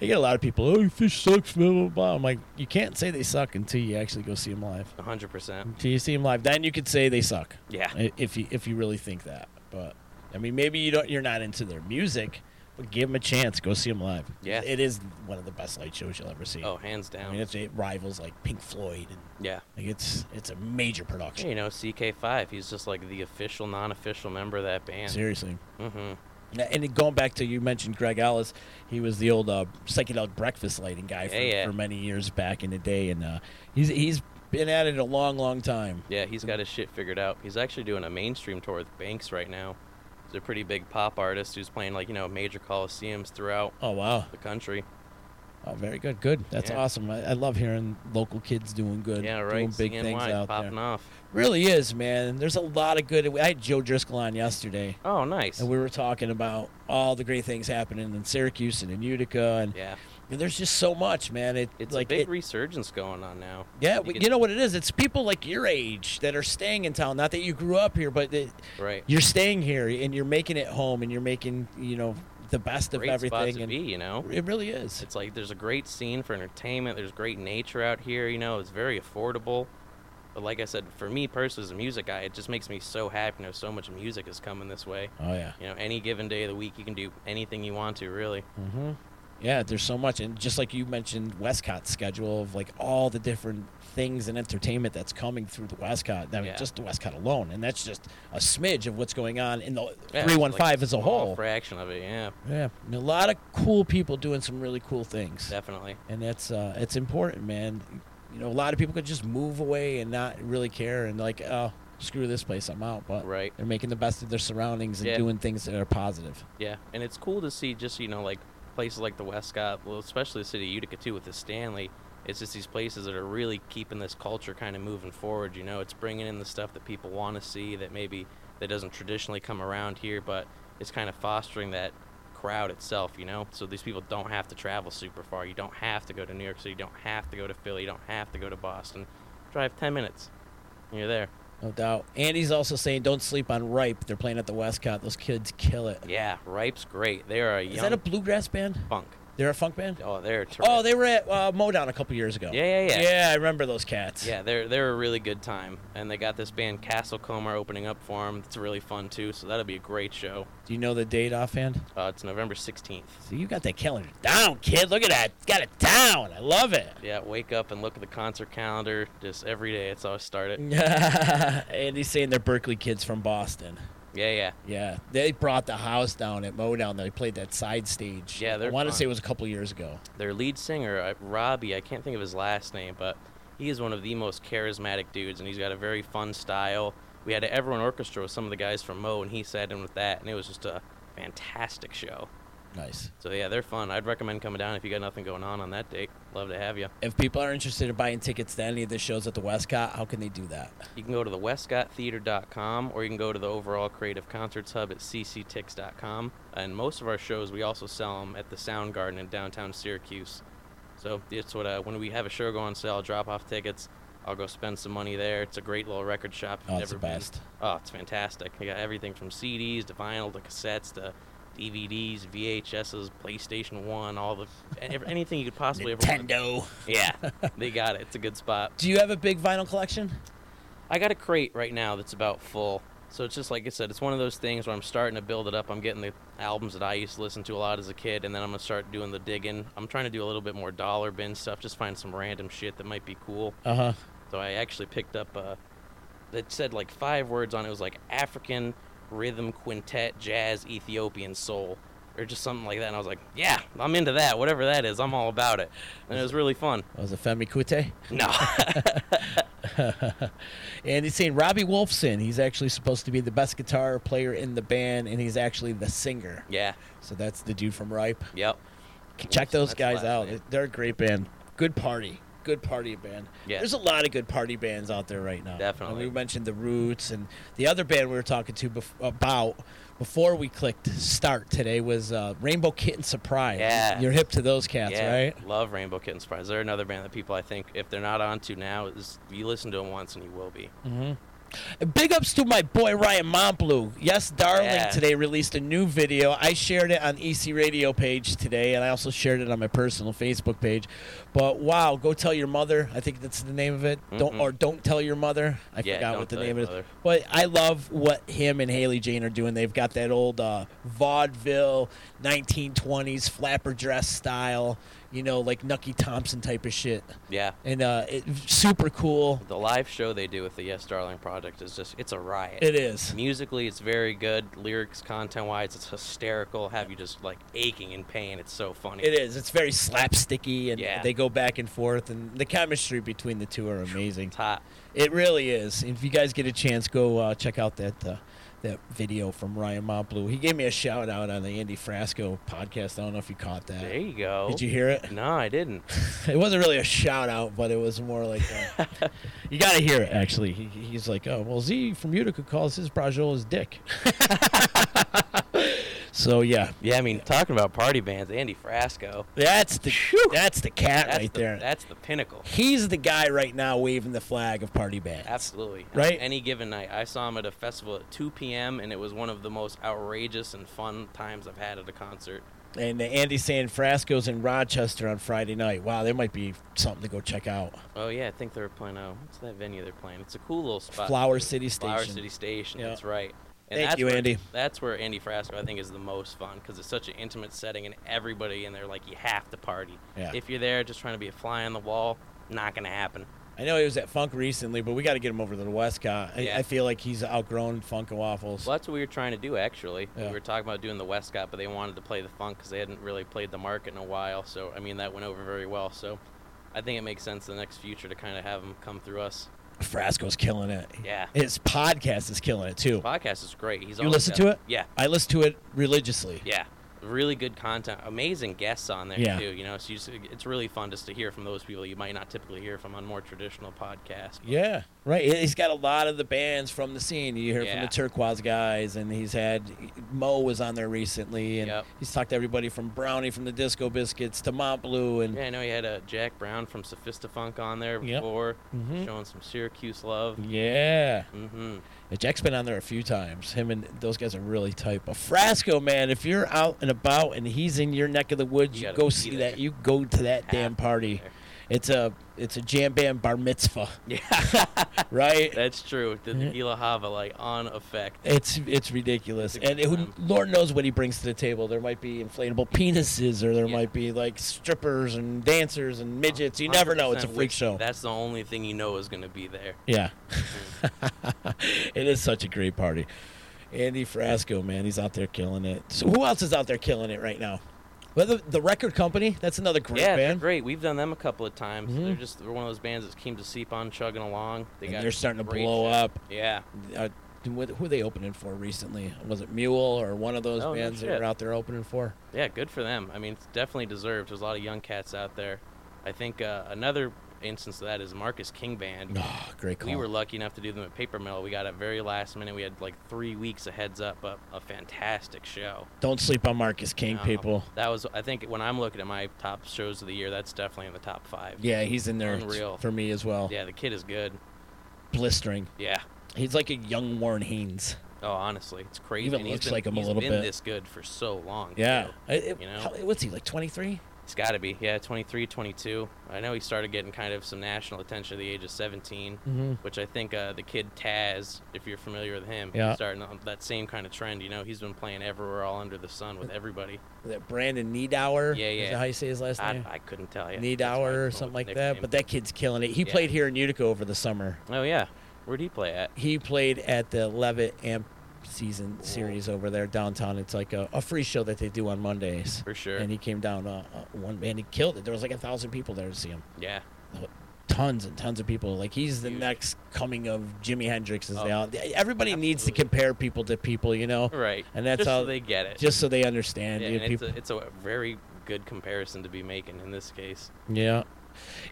Speaker 9: I get a lot of people. Oh, Fish sucks. Blah blah blah. I'm like, you can't say they suck until you actually go see them live.
Speaker 8: 100. percent
Speaker 9: Till you see them live, then you could say they suck.
Speaker 8: Yeah.
Speaker 9: I- If you if you really think that, but I mean, maybe you don't. You're not into their music, but give them a chance. Go see them live.
Speaker 8: Yeah.
Speaker 9: It is one of the best light shows you'll ever see.
Speaker 8: Oh, hands
Speaker 9: I
Speaker 8: down.
Speaker 9: mean, it's, it rivals like Pink Floyd, and
Speaker 8: yeah.
Speaker 9: like it's it's a major production.
Speaker 8: You know, CK5. He's just like the official, non-official member of that band.
Speaker 9: Seriously.
Speaker 8: Mm-hmm.
Speaker 9: Now, And it- going back to you mentioned Greg Ellis, he was the old uh, psychedelic breakfast lighting guy for,
Speaker 8: Yeah, yeah.
Speaker 9: for many years back in the day, and uh, he's he's been at it a long, long time.
Speaker 8: Yeah, he's got his shit figured out. He's actually doing a mainstream tour with Banks right now. He's a pretty big pop artist who's playing like you know major coliseums throughout
Speaker 9: Oh wow!
Speaker 8: the country.
Speaker 9: Oh, very good, good. That's
Speaker 8: Yeah.
Speaker 9: awesome. I, I love hearing local kids doing good,
Speaker 8: Yeah, right.
Speaker 9: doing big
Speaker 8: CNY
Speaker 9: things out there.
Speaker 8: popping off.
Speaker 9: Really is, man. There's a lot of good. I had Joe Driscoll on yesterday,
Speaker 8: Oh, nice.
Speaker 9: and we were talking about all the great things happening in Syracuse and in Utica, and
Speaker 8: yeah,
Speaker 9: and there's just so much, man. It,
Speaker 8: it's
Speaker 9: like
Speaker 8: a big
Speaker 9: it-
Speaker 8: resurgence going on now.
Speaker 9: Yeah,
Speaker 8: You
Speaker 9: but
Speaker 8: can-
Speaker 9: you know what it is? It's people like your age that are staying in town. Not that you grew up here, but that
Speaker 8: right?
Speaker 9: you're staying here and you're making it home and you're making, you know, the best
Speaker 8: Great
Speaker 9: of
Speaker 8: spot
Speaker 9: everything.
Speaker 8: to
Speaker 9: And
Speaker 8: be, you know.
Speaker 9: it really is.
Speaker 8: It's like there's a great scene for entertainment. There's great nature out here. You know, it's very affordable. But like I said, for me personally, as a music guy, it just makes me so happy. You know, so much music is coming this way.
Speaker 9: oh yeah,
Speaker 8: You know, any given day of the week, you can do anything you want to,
Speaker 9: Mm.
Speaker 8: really.
Speaker 9: yeah. There's so much, and just like you mentioned, Westcott's schedule of like all the different things and entertainment that's coming through the Westcott. I mean,
Speaker 8: Yeah.
Speaker 9: just the Westcott alone, and that's just a smidge of what's going on in the
Speaker 8: Yeah, it's
Speaker 9: three one
Speaker 8: like
Speaker 9: five as a
Speaker 8: small
Speaker 9: whole.
Speaker 8: fraction of it. Yeah,
Speaker 9: Yeah, I mean, a lot of cool people doing some really cool things.
Speaker 8: definitely.
Speaker 9: and that's uh, it's important, man. You know, a lot of people could just move away and not really care, and like, oh, screw this place, I'm out. But
Speaker 8: Right.
Speaker 9: they're making the best of their surroundings and
Speaker 8: Yeah.
Speaker 9: doing things that are positive.
Speaker 8: Yeah, and it's cool to see just you know like places like the Westcott, well, especially the city of Utica too with the Stanley. It's just these places that are really keeping this culture kind of moving forward. You know, it's bringing in the stuff that people want to see that maybe that doesn't traditionally come around here, but it's kind of fostering that crowd itself. You know, so these people don't have to travel super far. You don't have to go to New York City. You don't have to go to Philly. You don't have to go to Boston. Drive ten minutes, and you're there.
Speaker 9: No doubt. Andy's also saying, don't sleep on Ripe. They're playing at the Westcott. Those kids kill it. Is
Speaker 8: Yeah, Ripe's great. They are a young
Speaker 9: that a bluegrass band?
Speaker 8: funk.
Speaker 9: They're a funk band.
Speaker 8: Oh, they're terrific.
Speaker 9: Oh, they were at uh, Modown a couple years ago.
Speaker 8: Yeah, yeah, yeah.
Speaker 9: Yeah, I remember those cats.
Speaker 8: Yeah, they're they're a really good time, and they got this band Castle Comer opening up for them. It's really fun too, so that'll be a great show.
Speaker 9: Do you know the date offhand?
Speaker 8: Uh, it's November sixteenth.
Speaker 9: So you got that calendar down, kid. Look at that. Got it down. I love it.
Speaker 8: Yeah, wake up and look at the concert calendar. Just every day, it's how I start
Speaker 9: Mm.
Speaker 8: it.
Speaker 9: Andy's saying they're Berkeley kids from Boston.
Speaker 8: Yeah, yeah.
Speaker 9: Yeah, they brought the house down at Modown. They played that side stage.
Speaker 8: Yeah, they're
Speaker 9: I want to
Speaker 8: fun.
Speaker 9: say it was a couple years ago.
Speaker 8: Their lead singer, uh, Robbie, I can't think of his last name, but he is one of the most charismatic dudes, and he's got a very fun style. We had an everyone orchestra with some of the guys from Mo, and he sat in with that, and it was just a fantastic show.
Speaker 9: Nice.
Speaker 8: So yeah, they're fun. I'd recommend coming down if you got nothing going on on that date. Love to have you.
Speaker 9: If people are interested in buying tickets to any of the shows at the Westcott, how can they do that?
Speaker 8: You can go to the westcotttheater.com or you can go to the overall creative concerts hub at cctix.com. And most of our shows, we also sell them at the Sound Garden in downtown Syracuse. So it's what uh, when we have a show go on sale, I'll drop off tickets. I'll go spend some money there. It's a great little record shop. if
Speaker 9: Oh,
Speaker 8: you've
Speaker 9: it's the
Speaker 8: never been.
Speaker 9: best.
Speaker 8: Oh, it's fantastic. They got everything from CDs to vinyl to cassettes to DVDs, VHSs, PlayStation One, all the ev- anything you could possibly ever want.
Speaker 9: Nintendo.
Speaker 8: Yeah, they got it. It's a good spot.
Speaker 9: Do you have a big vinyl collection?
Speaker 8: I got a crate right now that's about full. So it's just like I said, it's one of those things where I'm starting to build it up. I'm getting the albums that I used to listen to a lot as a kid, and then I'm gonna start doing the digging. I'm trying to do a little bit more dollar bin stuff, just find some random shit that might be cool.
Speaker 9: Uh huh.
Speaker 8: So I actually picked up a that said like five words on it. It was like African rhythm quintet, jazz, Ethiopian soul, or just something like that. And I was like, yeah, I'm into that. Whatever that is, I'm all about it. And it was really fun.
Speaker 9: Was it Femi Kute?
Speaker 8: No.
Speaker 9: and he's saying Robbie Wolfson. He's actually supposed to be the best guitar player in the band, and he's actually the singer.
Speaker 8: yeah.
Speaker 9: So that's the dude from Ripe.
Speaker 8: Yep.
Speaker 9: Check those
Speaker 8: That's
Speaker 9: guys
Speaker 8: last
Speaker 9: out.
Speaker 8: name.
Speaker 9: They're a great band. Good party. Good party band.
Speaker 8: Yeah.
Speaker 9: There's a lot of good party bands out there right now.
Speaker 8: Definitely.
Speaker 9: And we mentioned the Roots and the other band we were talking to bef- about before we clicked start today was uh, Rainbow Kitten Surprise.
Speaker 8: Yeah.
Speaker 9: You're hip to those cats, right?
Speaker 8: Love Rainbow Kitten Surprise. They're another band that people I think if they're not onto now is you listen to them once and you will be.
Speaker 9: Mm. Big ups to my boy Ryan Montbleu. Yes, darling.
Speaker 8: Yeah.
Speaker 9: Today released a new video. I shared it on EC Radio page today, and I also shared it on my personal Facebook page. But wow, go tell your mother. I think that's the name of it. Don't or don't tell your mother. I
Speaker 8: Mm-hmm. Yeah,
Speaker 9: forgot
Speaker 8: Don't
Speaker 9: what the
Speaker 8: Tell
Speaker 9: name
Speaker 8: Your
Speaker 9: is.
Speaker 8: Mother.
Speaker 9: But I love what him and Haley Jane are doing. They've got that old uh, vaudeville 1920s flapper dress style. You know, like Nucky Thompson type of shit.
Speaker 8: Yeah.
Speaker 9: And uh, it, super cool.
Speaker 8: The live show they do with the Yes Darling Project is just it's a riot.
Speaker 9: It is.
Speaker 8: Musically it's very good. Lyrics content wise it's hysterical. Have you just like aching in pain. It's so funny.
Speaker 9: It is. It's very slapsticky, and
Speaker 8: Yeah.
Speaker 9: they go back and forth, and the chemistry between the two are amazing.
Speaker 8: It's hot.
Speaker 9: It really is. If you guys get a chance, go uh, check out that uh, that video from Ryan Montbleu. He gave me a shout out on the Andy Frasco podcast. I don't know if you caught that.
Speaker 8: There you go.
Speaker 9: Did you hear it?
Speaker 8: No, I didn't.
Speaker 9: It wasn't really a shout out, but it was more like uh you got to hear it. Actually, he, he's like, "Oh, well, Z from Utica calls his Brajola's dick." so yeah,
Speaker 8: Yeah, I mean talking about party bands, Andy Frasco.
Speaker 9: that's the that's the cat
Speaker 8: That's
Speaker 9: right
Speaker 8: the,
Speaker 9: there.
Speaker 8: That's the pinnacle.
Speaker 9: he's the guy right now waving the flag of party bands.
Speaker 8: Absolutely.
Speaker 9: Right?
Speaker 8: Any given night. I saw him at a festival at 2 p.m., and it was one of the most outrageous and fun times I've had at a concert.
Speaker 9: And uh, Andy San Frasco's in Rochester on Friday night. Wow, there might be something to go check out.
Speaker 8: Oh, yeah, I think they were playing. Oh, what's that venue they're playing? It's a cool little spot.
Speaker 9: Flower City Station.
Speaker 8: Flower City Station.
Speaker 9: Yeah.
Speaker 8: That's right.
Speaker 9: Thank you,
Speaker 8: where-
Speaker 9: Andy.
Speaker 8: That's where Andy Frasco, I think, is the most fun because it's such an intimate setting, and everybody in there, like, you have to party.
Speaker 9: Yeah.
Speaker 8: If you're there just trying to be a fly on the wall, not going to happen.
Speaker 9: I know he was at Funk recently, but we got to get him over to the Westcott. I,
Speaker 8: Yeah.
Speaker 9: I feel like he's outgrown Funk and Waffles.
Speaker 8: Well, that's what we were trying to do actually.
Speaker 9: Yeah.
Speaker 8: We were talking about doing the Westcott, but they wanted to play the funk because they hadn't really played the market in a while. So I mean, that went over very well. So I think it makes sense in the next future to kind of have them come through us.
Speaker 9: Frasco's killing it.
Speaker 8: Yeah.
Speaker 9: His podcast is killing it too.
Speaker 8: Podcast is great. He's
Speaker 9: You
Speaker 8: always
Speaker 9: listen
Speaker 8: got-
Speaker 9: to it?
Speaker 8: Yeah,
Speaker 9: I listen to it religiously.
Speaker 8: yeah. Really good content, amazing guests on there
Speaker 9: Yeah.
Speaker 8: too. You know, so you, just- it's really fun just to hear from those people you might not typically hear from on more traditional podcasts.
Speaker 9: Yeah, right. He- He's got a lot of the bands from the scene. You hear from
Speaker 8: Yeah.
Speaker 9: the Turquoise guys, and he's had Mo was on there recently, and
Speaker 8: Yep.
Speaker 9: he's talked to everybody from Brownie from the Disco Biscuits to Mont Blue, and
Speaker 8: Yeah, I know you had uh, Jack Brown from Sophistafunk on there
Speaker 9: Yep.
Speaker 8: before,
Speaker 9: Mhm.
Speaker 8: showing some Syracuse love.
Speaker 9: yeah.
Speaker 8: Mm-hmm.
Speaker 9: Yeah, Jack's been on there a few times. Him and those guys are really tight. But Frasco, man, if you're out and about and he's in your neck of the woods,
Speaker 8: You
Speaker 9: you,
Speaker 8: gotta
Speaker 9: go
Speaker 8: be
Speaker 9: see
Speaker 8: there.
Speaker 9: that. You go to that damn
Speaker 8: to be
Speaker 9: party.
Speaker 8: there.
Speaker 9: It's a it's a jam band bar mitzvah,
Speaker 8: Yeah,
Speaker 9: right?
Speaker 8: that's true. The tequila hava like on effect.
Speaker 9: It's it's ridiculous,
Speaker 8: It's a
Speaker 9: and
Speaker 8: good
Speaker 9: it,
Speaker 8: time.
Speaker 9: Lord knows what he brings to the table. There might be inflatable penises, or there
Speaker 8: Yeah.
Speaker 9: might be like strippers and dancers and midgets. You never know. It's a
Speaker 8: 100%
Speaker 9: freak
Speaker 8: which-
Speaker 9: show.
Speaker 8: That's the only thing you know is going to be there.
Speaker 9: Yeah. it is such a great party. Andy Frasco, man, he's out there killing it. So who else is out there killing it right now? Well, the, the record company, that's another great
Speaker 8: yeah, they're
Speaker 9: band. Mm-hmm.
Speaker 8: great. We've done them a couple of times. They're just they're one of those bands that came to seep on, chugging along. They
Speaker 9: and
Speaker 8: got
Speaker 9: they're starting to
Speaker 8: great
Speaker 9: blow
Speaker 8: shit.
Speaker 9: up.
Speaker 8: Yeah,
Speaker 9: Uh, what- who are they opening for recently? Was it Mule or one of those
Speaker 8: Oh, no
Speaker 9: bands that
Speaker 8: shit.
Speaker 9: were out there opening for?
Speaker 8: yeah, good for them. I mean, it's definitely deserved. There's a lot of young cats out there. I think uh, another instance of that is Marcus King Band.
Speaker 9: Oh, great call.
Speaker 8: We were lucky enough to do them at Paper Mill. We got it very last minute. We had like three weeks of heads up, but a fantastic show.
Speaker 9: Don't sleep on Marcus King,
Speaker 8: No,
Speaker 9: people.
Speaker 8: Um, That was, I think, when I'm looking at my top shows of the year, that's definitely in the top five.
Speaker 9: Yeah, he's in there
Speaker 8: Unreal.
Speaker 9: for me as well.
Speaker 8: Yeah, the kid is good.
Speaker 9: Blistering.
Speaker 8: Yeah.
Speaker 9: He's like a young Warren Haynes.
Speaker 8: Oh, honestly, it's crazy.
Speaker 9: Even
Speaker 8: And he's
Speaker 9: looks
Speaker 8: been-
Speaker 9: like him a
Speaker 8: he's
Speaker 9: little
Speaker 8: been
Speaker 9: bit.
Speaker 8: this good for so long.
Speaker 9: Yeah.
Speaker 8: too.
Speaker 9: I- it-
Speaker 8: you know?
Speaker 9: how- what's he, like 23?
Speaker 8: It's got to be. Yeah, 23, 22. I know he started getting kind of some national attention at the age of 17,
Speaker 9: Mm-hmm.
Speaker 8: which I think uh, the kid Taz, if you're familiar with him, he's
Speaker 9: Yeah.
Speaker 8: starting on that same kind of trend. You know, he's been playing everywhere, all under the sun with everybody.
Speaker 9: that Brandon Niedauer.
Speaker 8: Yeah,
Speaker 9: Is
Speaker 8: yeah.
Speaker 9: that how you say his last
Speaker 8: I,
Speaker 9: name?
Speaker 8: I couldn't tell you. That's why I
Speaker 9: Niedauer
Speaker 8: came
Speaker 9: or
Speaker 8: up
Speaker 9: something
Speaker 8: with
Speaker 9: like
Speaker 8: the
Speaker 9: that. But that
Speaker 8: nickname.
Speaker 9: kid's killing it. He
Speaker 8: Yeah.
Speaker 9: played here in Utica over the summer.
Speaker 8: Oh, yeah. Where'd he play at?
Speaker 9: He played at the Levitt Amp season series over there downtown. It's like a, a free show that they do on Mondays.
Speaker 8: For sure.
Speaker 9: And he came down uh, uh, one man. He killed it. There was like a thousand people there to see him.
Speaker 8: Yeah.
Speaker 9: Tons and tons of people. Like he's the
Speaker 8: Huge.
Speaker 9: next coming of Jimi Hendrix. Is
Speaker 8: Oh,
Speaker 9: now everybody needs to
Speaker 8: absolutely.
Speaker 9: compare people to people, you know,
Speaker 8: Right.
Speaker 9: And that's
Speaker 8: Just
Speaker 9: how
Speaker 8: so they get it.
Speaker 9: just so they understand.
Speaker 8: yeah,
Speaker 9: you
Speaker 8: and
Speaker 9: know,
Speaker 8: it's,
Speaker 9: people-
Speaker 8: a, it's a very good comparison to be making in this case.
Speaker 9: Yeah.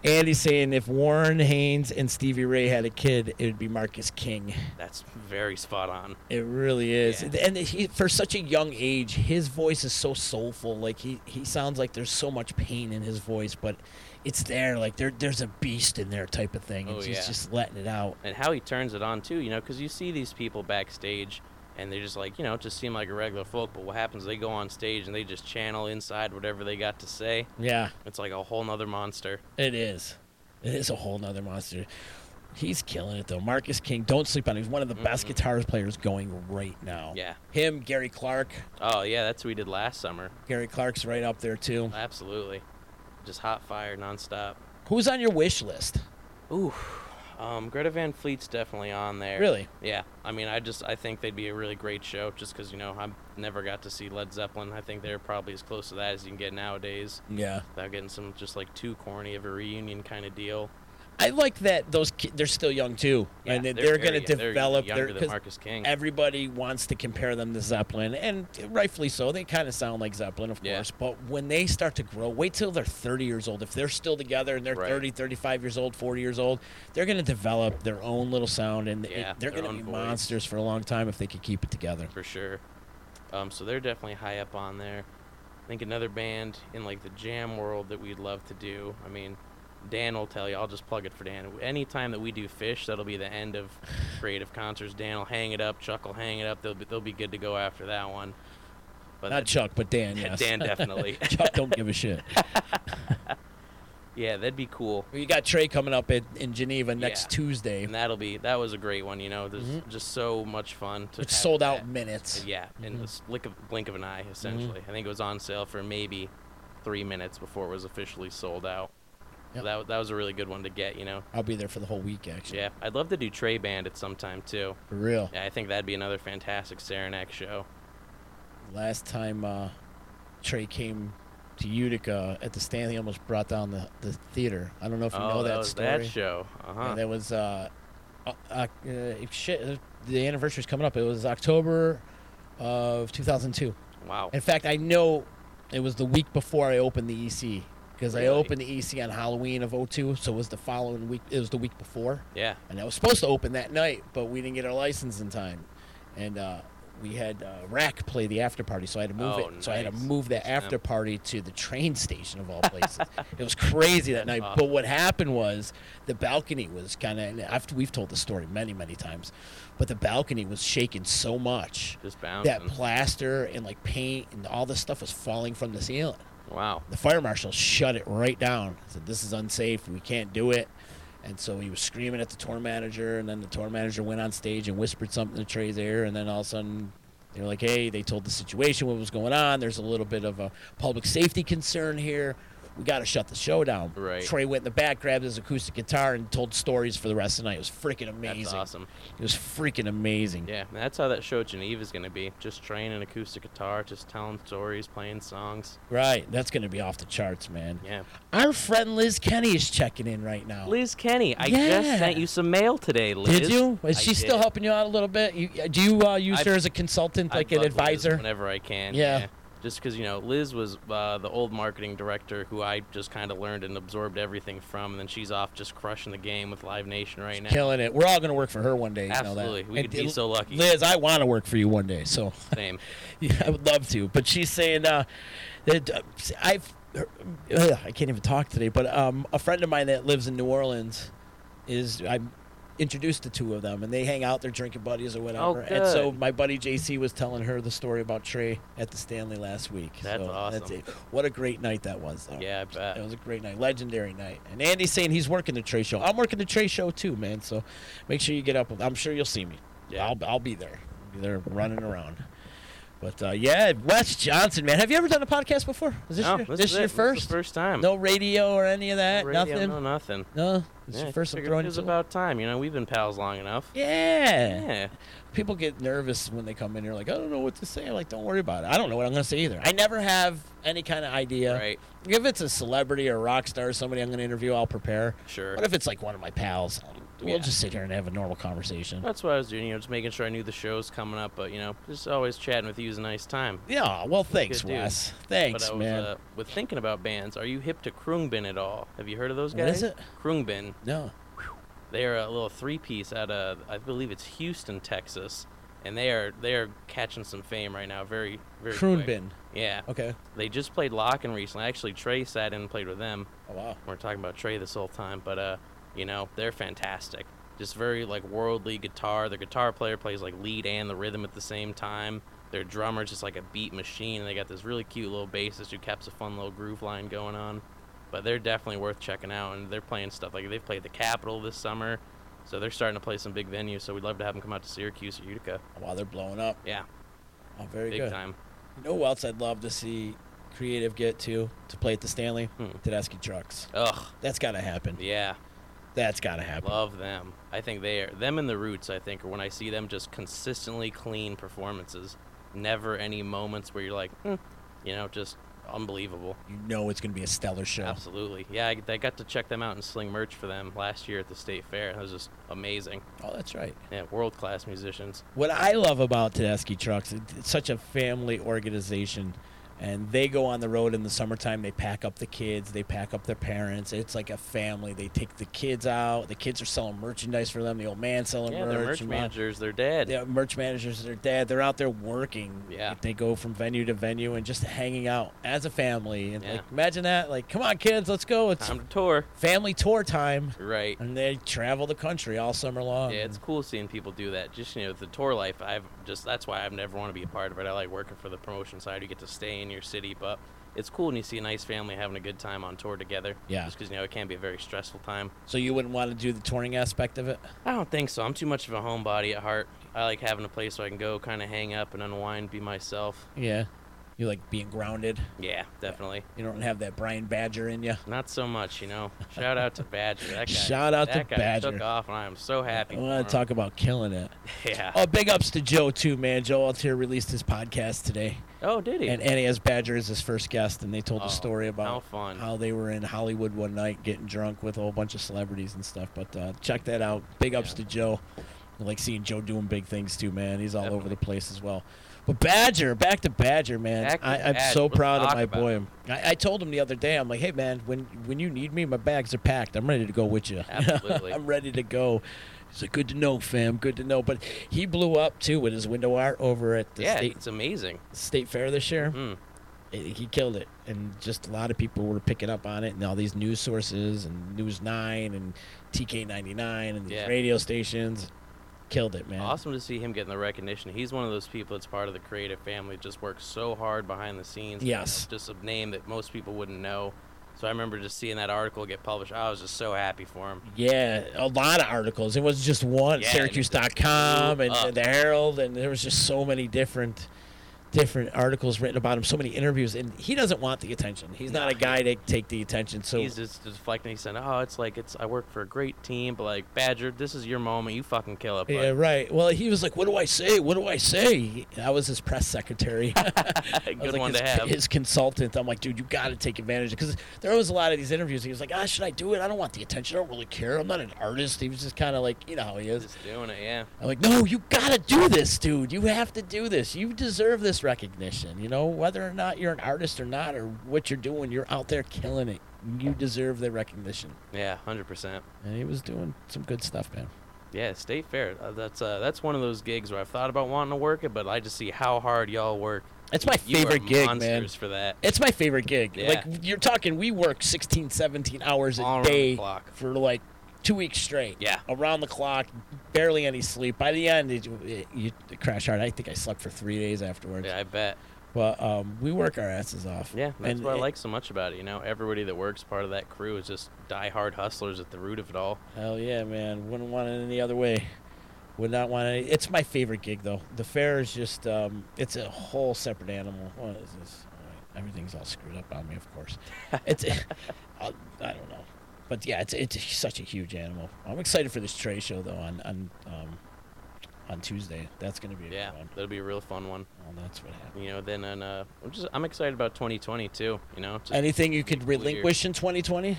Speaker 9: Andy's saying if Warren Haynes and Stevie Ray had a kid, it would be Marcus King.
Speaker 8: That's very spot on.
Speaker 9: It really is.
Speaker 8: Yeah.
Speaker 9: And he, for such a young age, his voice is so soulful. Like he, he sounds like there's so much pain in his voice, but it's there. Like there, there's a beast in there, type of thing. And
Speaker 8: Oh,
Speaker 9: he's
Speaker 8: yeah.
Speaker 9: just letting it out.
Speaker 8: and how he turns it on too, you know, because you see these people backstage and they just like, you know, just seem like a regular folk, but what happens, they go on stage and they just channel inside whatever they got to say.
Speaker 9: Yeah,
Speaker 8: It's like a whole nother monster.
Speaker 9: it is. It is a whole nother monster. He's killing it though. Marcus King, don't sleep on him. He's one of the best guitarist players going right now.
Speaker 8: Yeah.
Speaker 9: Him, Gary Clark.
Speaker 8: Oh, yeah, that's what we did last summer.
Speaker 9: Gary Clark's right up there too.
Speaker 8: Absolutely. Just hot fire nonstop.
Speaker 9: Who's on your wish list?
Speaker 8: Ooh. Um, Greta Van Fleet's definitely on there.
Speaker 9: Really?
Speaker 8: Yeah. I mean, I just I think they'd be a really great show, just because you know I never got to see Led Zeppelin. I think they're probably as close to that as you can get nowadays,
Speaker 9: Yeah.
Speaker 8: without getting some just like too corny of a reunion kind of deal.
Speaker 9: I like that those kids, they're still young too.
Speaker 8: Yeah,
Speaker 9: and they- they're,
Speaker 8: very
Speaker 9: going to
Speaker 8: young. They're
Speaker 9: develop
Speaker 8: younger
Speaker 9: their.
Speaker 8: than
Speaker 9: 'cause
Speaker 8: Marcus King.
Speaker 9: Everybody wants to compare them to Zeppelin, and rightfully so. They kind of sound like Zeppelin, of
Speaker 8: Yeah.
Speaker 9: course. But when they start to grow, wait till they're 30 years old. If they're still together and they're
Speaker 8: Right.
Speaker 9: thirty, thirty-five 30, 35 years old, 40 years old, they're going to develop their own little sound, and it-
Speaker 8: Yeah,
Speaker 9: they're
Speaker 8: their
Speaker 9: going to
Speaker 8: own
Speaker 9: be
Speaker 8: voice.
Speaker 9: monsters for a long time if they could keep it together.
Speaker 8: for sure. Um, so they're definitely high up on there. I think another band in like the jam world that we'd love to do. I mean, Dan will tell you. I'll just plug it for Dan. Anytime that we do fish, that'll be the end of creative concerts. Dan will hang it up. Chuck will hang it up. They'll be, they'll be good to go after that one. But
Speaker 9: Not
Speaker 8: that-
Speaker 9: Chuck, but Dan. Yes.
Speaker 8: Dan definitely.
Speaker 9: Chuck don't give a shit.
Speaker 8: yeah, that'd be cool.
Speaker 9: We got Trey coming up in, in Geneva next
Speaker 8: Yeah.
Speaker 9: Tuesday.
Speaker 8: And that'll be that was a great one. You know, there's just so much fun. To
Speaker 9: Mm-hmm. It's
Speaker 8: have
Speaker 9: sold out
Speaker 8: that.
Speaker 9: minutes.
Speaker 8: Uh, Yeah, in the blink of, blink of an eye, essentially.
Speaker 9: Mm-hmm.
Speaker 8: I think it was on sale for maybe three minutes before it was officially sold out.
Speaker 9: Yep.
Speaker 8: So that, that was a really good one to get, you know.
Speaker 9: I'll be there for the whole week, actually.
Speaker 8: Yeah, I'd love to do Trey Band at some time too.
Speaker 9: For real.
Speaker 8: Yeah, I think that'd be another fantastic Saranac show.
Speaker 9: Last time uh, Trey came to Utica at the stand, he almost brought down the, the theater. I don't know if you know
Speaker 8: oh,
Speaker 9: that,
Speaker 8: that was
Speaker 9: story.
Speaker 8: that show. Uh huh.
Speaker 9: Yeah, that was, uh, uh, uh, shit, uh, the anniversary's coming up. It was October of 2002.
Speaker 8: wow.
Speaker 9: In fact, I know it was the week before I opened the EC because I
Speaker 8: Really?
Speaker 9: opened the EC on Halloween of 02, so it was the following week. It was the week before.
Speaker 8: Yeah.
Speaker 9: and I was supposed to open that night, but we didn't get our license in time. And uh, we had uh, Rack play the after party, so I had to move
Speaker 8: Oh,
Speaker 9: it. So I had to
Speaker 8: nice.
Speaker 9: move the
Speaker 8: Snap.
Speaker 9: after party to the train station of all places. it was crazy that night. But what happened was the balcony was kind of. After we've told the story many, many times, but the balcony was shaking so much
Speaker 8: Just
Speaker 9: that
Speaker 8: bouncing.
Speaker 9: plaster and like paint and all this stuff was falling from the ceiling
Speaker 8: Wow.
Speaker 9: the fire marshal shut it right down. Said this is unsafe. We can't do it. And so he was screaming at the tour manager, and then the tour manager went on stage and whispered something to Trey's ear, and then all of a sudden they were like, "Hey, they told the situation, what was going on. There's a little bit of a public safety concern here. We got to shut the show down."
Speaker 8: Right.
Speaker 9: Trey went in the back, grabbed his acoustic guitar, and told stories for the rest of the night. It was freaking amazing.
Speaker 8: awesome.
Speaker 9: It was freaking amazing.
Speaker 8: Yeah, that's how that show at Geneva is going to be. Just train an acoustic guitar, just telling stories, playing songs.
Speaker 9: Right. That's going to be off the charts, man.
Speaker 8: Yeah.
Speaker 9: Our friend Liz Kenny is checking in right now.
Speaker 8: Liz Kenny, I
Speaker 9: Oh. Yeah.
Speaker 8: just sent you some mail today, Liz.
Speaker 9: Did you? Is
Speaker 8: I
Speaker 9: she still
Speaker 8: did.
Speaker 9: helping you out a little bit? You, do you uh, use
Speaker 8: I've-
Speaker 9: her as a consultant,
Speaker 8: I
Speaker 9: like an
Speaker 8: bug Liz
Speaker 9: advisor?
Speaker 8: whenever I can.
Speaker 9: Yeah.
Speaker 8: Yeah. Just because you know, Liz was uh, the old marketing director who I just kind of learned and absorbed everything from, and then she's off just crushing the game with Live Nation right now.
Speaker 9: Killing it. We're all going to work for her one day. You know
Speaker 8: Absolutely.
Speaker 9: that.
Speaker 8: We could be so lucky.
Speaker 9: Liz, I want to work for you one day. So
Speaker 8: Same.
Speaker 9: yeah, I would love to. But she's saying uh, that uh, I've. her- ugh, I can't even talk today, but um, a friend of mine that lives in New Orleans is I introduced the two of them, and they hang out. They're drinking buddies or whatever.
Speaker 8: Oh,
Speaker 9: And so
Speaker 8: good.
Speaker 9: my buddy JC was telling her the story about Trey at the Stanley last week.
Speaker 8: That's
Speaker 9: so That's
Speaker 8: awesome.
Speaker 9: it. What a great night that was. Though.
Speaker 8: Yeah, I bet.
Speaker 9: It was a great night, legendary night. And Andy's saying he's working the Trey show. I'm working the Trey show too, man. So make sure you get up. With, I'm sure you'll see me.
Speaker 8: Yeah.
Speaker 9: I'll I'll be there. I'll be there running around. But uh, yeah, Wes Johnson, man. Have you ever done a podcast before? Is this
Speaker 8: No,
Speaker 9: your,
Speaker 8: this
Speaker 9: this
Speaker 8: is
Speaker 9: your
Speaker 8: it. This is the
Speaker 9: first?
Speaker 8: first time.
Speaker 9: No radio or any of that.
Speaker 8: Radio,
Speaker 9: nothing.
Speaker 8: No,
Speaker 9: No,
Speaker 8: nothing.
Speaker 9: it's
Speaker 8: I
Speaker 9: your first. I'm
Speaker 8: figured
Speaker 9: throwing
Speaker 8: It
Speaker 9: it
Speaker 8: was
Speaker 9: to-
Speaker 8: about time. You know, we've been pals long enough.
Speaker 9: Yeah.
Speaker 8: Yeah.
Speaker 9: People get nervous when they come in here, like, I don't know what to say. I'm like, don't worry about it. I don't know what I'm going to say either. I never have any kind of idea.
Speaker 8: Right.
Speaker 9: If it's a celebrity or rock star or somebody I'm going to interview, I'll prepare.
Speaker 8: Sure.
Speaker 9: But if it's like one of my pals, um, we'll
Speaker 8: Yeah.
Speaker 9: just sit here and have a normal conversation.
Speaker 8: That's what I was doing. You know, just making sure I knew the show's coming up. But you know, just always chatting with you is a nice time.
Speaker 9: yeah. Well, thanks,
Speaker 8: Good dude.
Speaker 9: Wes. Thanks,
Speaker 8: but I was,
Speaker 9: man.
Speaker 8: Uh, with thinking about bands, are you hip to Krungbin at all? Have you heard of those
Speaker 9: What
Speaker 8: guys?
Speaker 9: is it?
Speaker 8: Krungbin.
Speaker 9: no.
Speaker 8: They are a little three-piece out of, I believe it's Houston, Texas, and they are they are catching some fame right now. Very very. quick.
Speaker 9: Krungbin.
Speaker 8: Yeah.
Speaker 9: Okay.
Speaker 8: They just played Locken recently. Actually, Trey sat in and played with them.
Speaker 9: Oh, wow.
Speaker 8: We're talking about Trey this whole time, but uh, you know, they're fantastic. Just very like worldly guitar. Their guitar player plays like lead and the rhythm at the same time. Their drummer's just like a beat machine, and they got this really cute little bassist who keeps a fun little groove line going on. But they're definitely worth checking out, and they're playing stuff like they've played the Capitol this summer, so they're starting to play some big venues. So we'd love to have them come out to Syracuse or Utica.
Speaker 9: Wow, they're blowing up.
Speaker 8: Yeah,
Speaker 9: Oh, very
Speaker 8: big
Speaker 9: good.
Speaker 8: time.
Speaker 9: You know who else I'd love to see creative get to to play at the Stanley?
Speaker 8: Hmm.
Speaker 9: Tedeschi Trucks.
Speaker 8: Ugh,
Speaker 9: That's got to happen.
Speaker 8: yeah.
Speaker 9: That's got to happen.
Speaker 8: Love them. I think they are them and the Roots. I think, or when I see them, just consistently clean performances. Never any moments where you're like, "Hmm," you know, just unbelievable.
Speaker 9: You know it's going to be a stellar show.
Speaker 8: Absolutely. Yeah, I, I got to check them out and sling merch for them last year at the state fair. That was just amazing.
Speaker 9: Oh, that's right.
Speaker 8: Yeah, world class musicians.
Speaker 9: What I love about Tedeschi Trucks, it- it's such a family organization. And they go on the road in the summertime. They pack up the kids. They pack up their parents. It's like a family. They take the kids out. The kids are selling merchandise for them. The old man selling
Speaker 8: Yeah,
Speaker 9: merch.
Speaker 8: their merch
Speaker 9: and my-
Speaker 8: managers, they're dead.
Speaker 9: the merch managers, their dad, they're out there working.
Speaker 8: Yeah.
Speaker 9: They go from venue to venue and just hanging out as a family. And
Speaker 8: Yeah.
Speaker 9: like, imagine that. Like, come on, kids, let's go. It's
Speaker 8: Time to tour.
Speaker 9: family tour time.
Speaker 8: Right.
Speaker 9: And they travel the country all summer long.
Speaker 8: Yeah, it's cool seeing people do that. Just you know, the tour life. I've just that's why I've never want to be a part of it. I like working for the promotion side. You get to stay in your city, but it's cool when you see a nice family having a good time on tour together.
Speaker 9: Yeah.
Speaker 8: just because you know it can be a very stressful time.
Speaker 9: So you wouldn't want to do the touring aspect of it?
Speaker 8: I don't think so. I'm too much of a homebody at heart. I like having a place where I can go, kind of hang up and unwind, be myself.
Speaker 9: Yeah. You like being grounded.
Speaker 8: Yeah, definitely.
Speaker 9: You don't have that Brian Badger in you.
Speaker 8: Not so much, you know. Shout out to Badger. That guy.
Speaker 9: Shout out to
Speaker 8: that guy
Speaker 9: Badger.
Speaker 8: Took off, and I am so happy.
Speaker 9: I want
Speaker 8: for
Speaker 9: to
Speaker 8: him.
Speaker 9: talk about killing it.
Speaker 8: Yeah.
Speaker 9: Oh, big ups to Joe, too, man. Joe Altier released his podcast today.
Speaker 8: Oh, did he?
Speaker 9: And NAS Badger is his first guest, and they told
Speaker 8: Oh,
Speaker 9: a story about
Speaker 8: how fun.
Speaker 9: how they were in Hollywood one night getting drunk with a whole bunch of celebrities and stuff. But uh, check that out. Big ups to Joe. I like seeing Joe doing big things too, man. He's all over the place as well. But Badger, back to Badger, man.
Speaker 8: Back to
Speaker 9: I, I'm
Speaker 8: Badger.
Speaker 9: so
Speaker 8: Let's
Speaker 9: proud of
Speaker 8: talk
Speaker 9: my
Speaker 8: about
Speaker 9: boy. I, I told him the other day, I'm like, hey, man, when when you need me, my bags are packed. I'm ready to go with you.
Speaker 8: Absolutely.
Speaker 9: I'm ready to go. He's like, good to know, fam. Good to know. But he blew up too with his window art over at the
Speaker 8: yeah,
Speaker 9: state
Speaker 8: it's amazing.
Speaker 9: state fair this year.
Speaker 8: Mm.
Speaker 9: It- He killed it, and just a lot of people were picking up on it, and all these news sources, and News Nine, and TK ninety nine, and these
Speaker 8: Yeah.
Speaker 9: radio stations, killed it, man.
Speaker 8: Awesome to see him getting the recognition. He's one of those people that's part of the creative family, just works so hard behind the scenes.
Speaker 9: Yes.
Speaker 8: Just a name that most people wouldn't know. So I remember just seeing that article get published. I was just so happy for him.
Speaker 9: Yeah, a lot of articles. It was just one,
Speaker 8: Yeah, and it just
Speaker 9: Syracuse.com
Speaker 8: blew
Speaker 9: and,
Speaker 8: up.
Speaker 9: the Herald, and there was just so many different different articles written about him, so many interviews, and he doesn't want the attention. He's not a guy to take the attention. So
Speaker 8: He's just deflecting. He said, "Oh, it's like it's. I work for a great team, but like Badger, this is your moment. You fucking kill it." bud."
Speaker 9: yeah, right. Well, he was like, "What do I say? What do I say?" I was his press secretary.
Speaker 8: good
Speaker 9: I was like
Speaker 8: one
Speaker 9: his,
Speaker 8: to have.
Speaker 9: his consultant. I'm like, dude, you got to take advantage because there was a lot of these interviews. He was like, ah, should I do it? I don't want the attention. I don't really care. I'm not an artist. He was just kind of like, you know how he is.
Speaker 8: just doing it. Yeah.
Speaker 9: I'm like, no, you gotta do this, dude. You have to do this. You deserve this recognition. You know, whether or not you're an artist or not, or what you're doing, you're out there killing it. You deserve the recognition.
Speaker 8: Yeah. Hundred percent.
Speaker 9: And he was doing some good stuff, man.
Speaker 8: Yeah, State Fair. Uh, that's uh, that's one of those gigs where I've thought about wanting to work it, but I just see how hard y'all work.
Speaker 9: It's my
Speaker 8: You
Speaker 9: favorite
Speaker 8: are
Speaker 9: gig,
Speaker 8: monsters
Speaker 9: man.
Speaker 8: for that.
Speaker 9: It's my favorite gig.
Speaker 8: Yeah.
Speaker 9: Like you're talking, we work 16, 17 hours a
Speaker 8: All around the
Speaker 9: day
Speaker 8: clock.
Speaker 9: for like two weeks straight.
Speaker 8: Yeah.
Speaker 9: around the clock, barely any sleep. By the end, it, it, you crash hard. I think I slept for three days afterwards.
Speaker 8: Yeah, I bet.
Speaker 9: But um, we work our asses off.
Speaker 8: Yeah, that's
Speaker 9: And
Speaker 8: what I
Speaker 9: it-
Speaker 8: like so much about it. You know, everybody that works part of that crew is just die-hard hustlers at the root of it all.
Speaker 9: Hell yeah, man. Wouldn't want it any other way. Would not want it. It's my favorite gig, though. The fair is just, um, it's a whole separate animal. What is this? All right, Everything's all screwed up on me, of course. It's, I'll- I don't know. But yeah, it's, it's such a huge animal. I'm excited for this trade show, though, on, on, um, on Tuesday. That's going to be a
Speaker 8: Yeah,
Speaker 9: good one.
Speaker 8: that'll be a real fun one.
Speaker 9: Well, that's what happened.
Speaker 8: You know, then and uh, I'm just I'm excited about 2020 too. You know, just,
Speaker 9: Anything you could relinquish in 2020?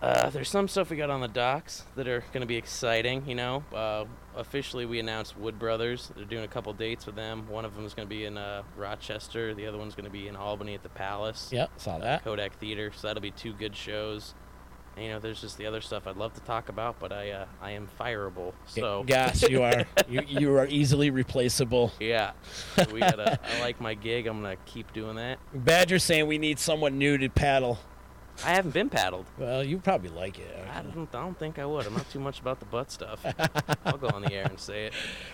Speaker 8: Uh, there's some stuff we got on the docks that are going to be exciting, you know. Uh, officially, we announced Wood Brothers. They're doing a couple dates with them. One of them is going to be in uh, Rochester. The other one's going to be in Albany at the Palace,
Speaker 9: Yep, saw that.
Speaker 8: Kodak Theater. So that'll be two good shows. And, you know, there's just the other stuff I'd love to talk about, but I uh, I am fireable. So
Speaker 9: Yes, you are. you, you are easily replaceable.
Speaker 8: yeah, So we gotta. I like my gig. I'm gonna keep doing that.
Speaker 9: Badger's saying we need someone new to paddle.
Speaker 8: I haven't been paddled.
Speaker 9: Well, you probably like it.
Speaker 8: I don't, I don't think I would. I'm not too much about the butt stuff. I'll go on the air and say it.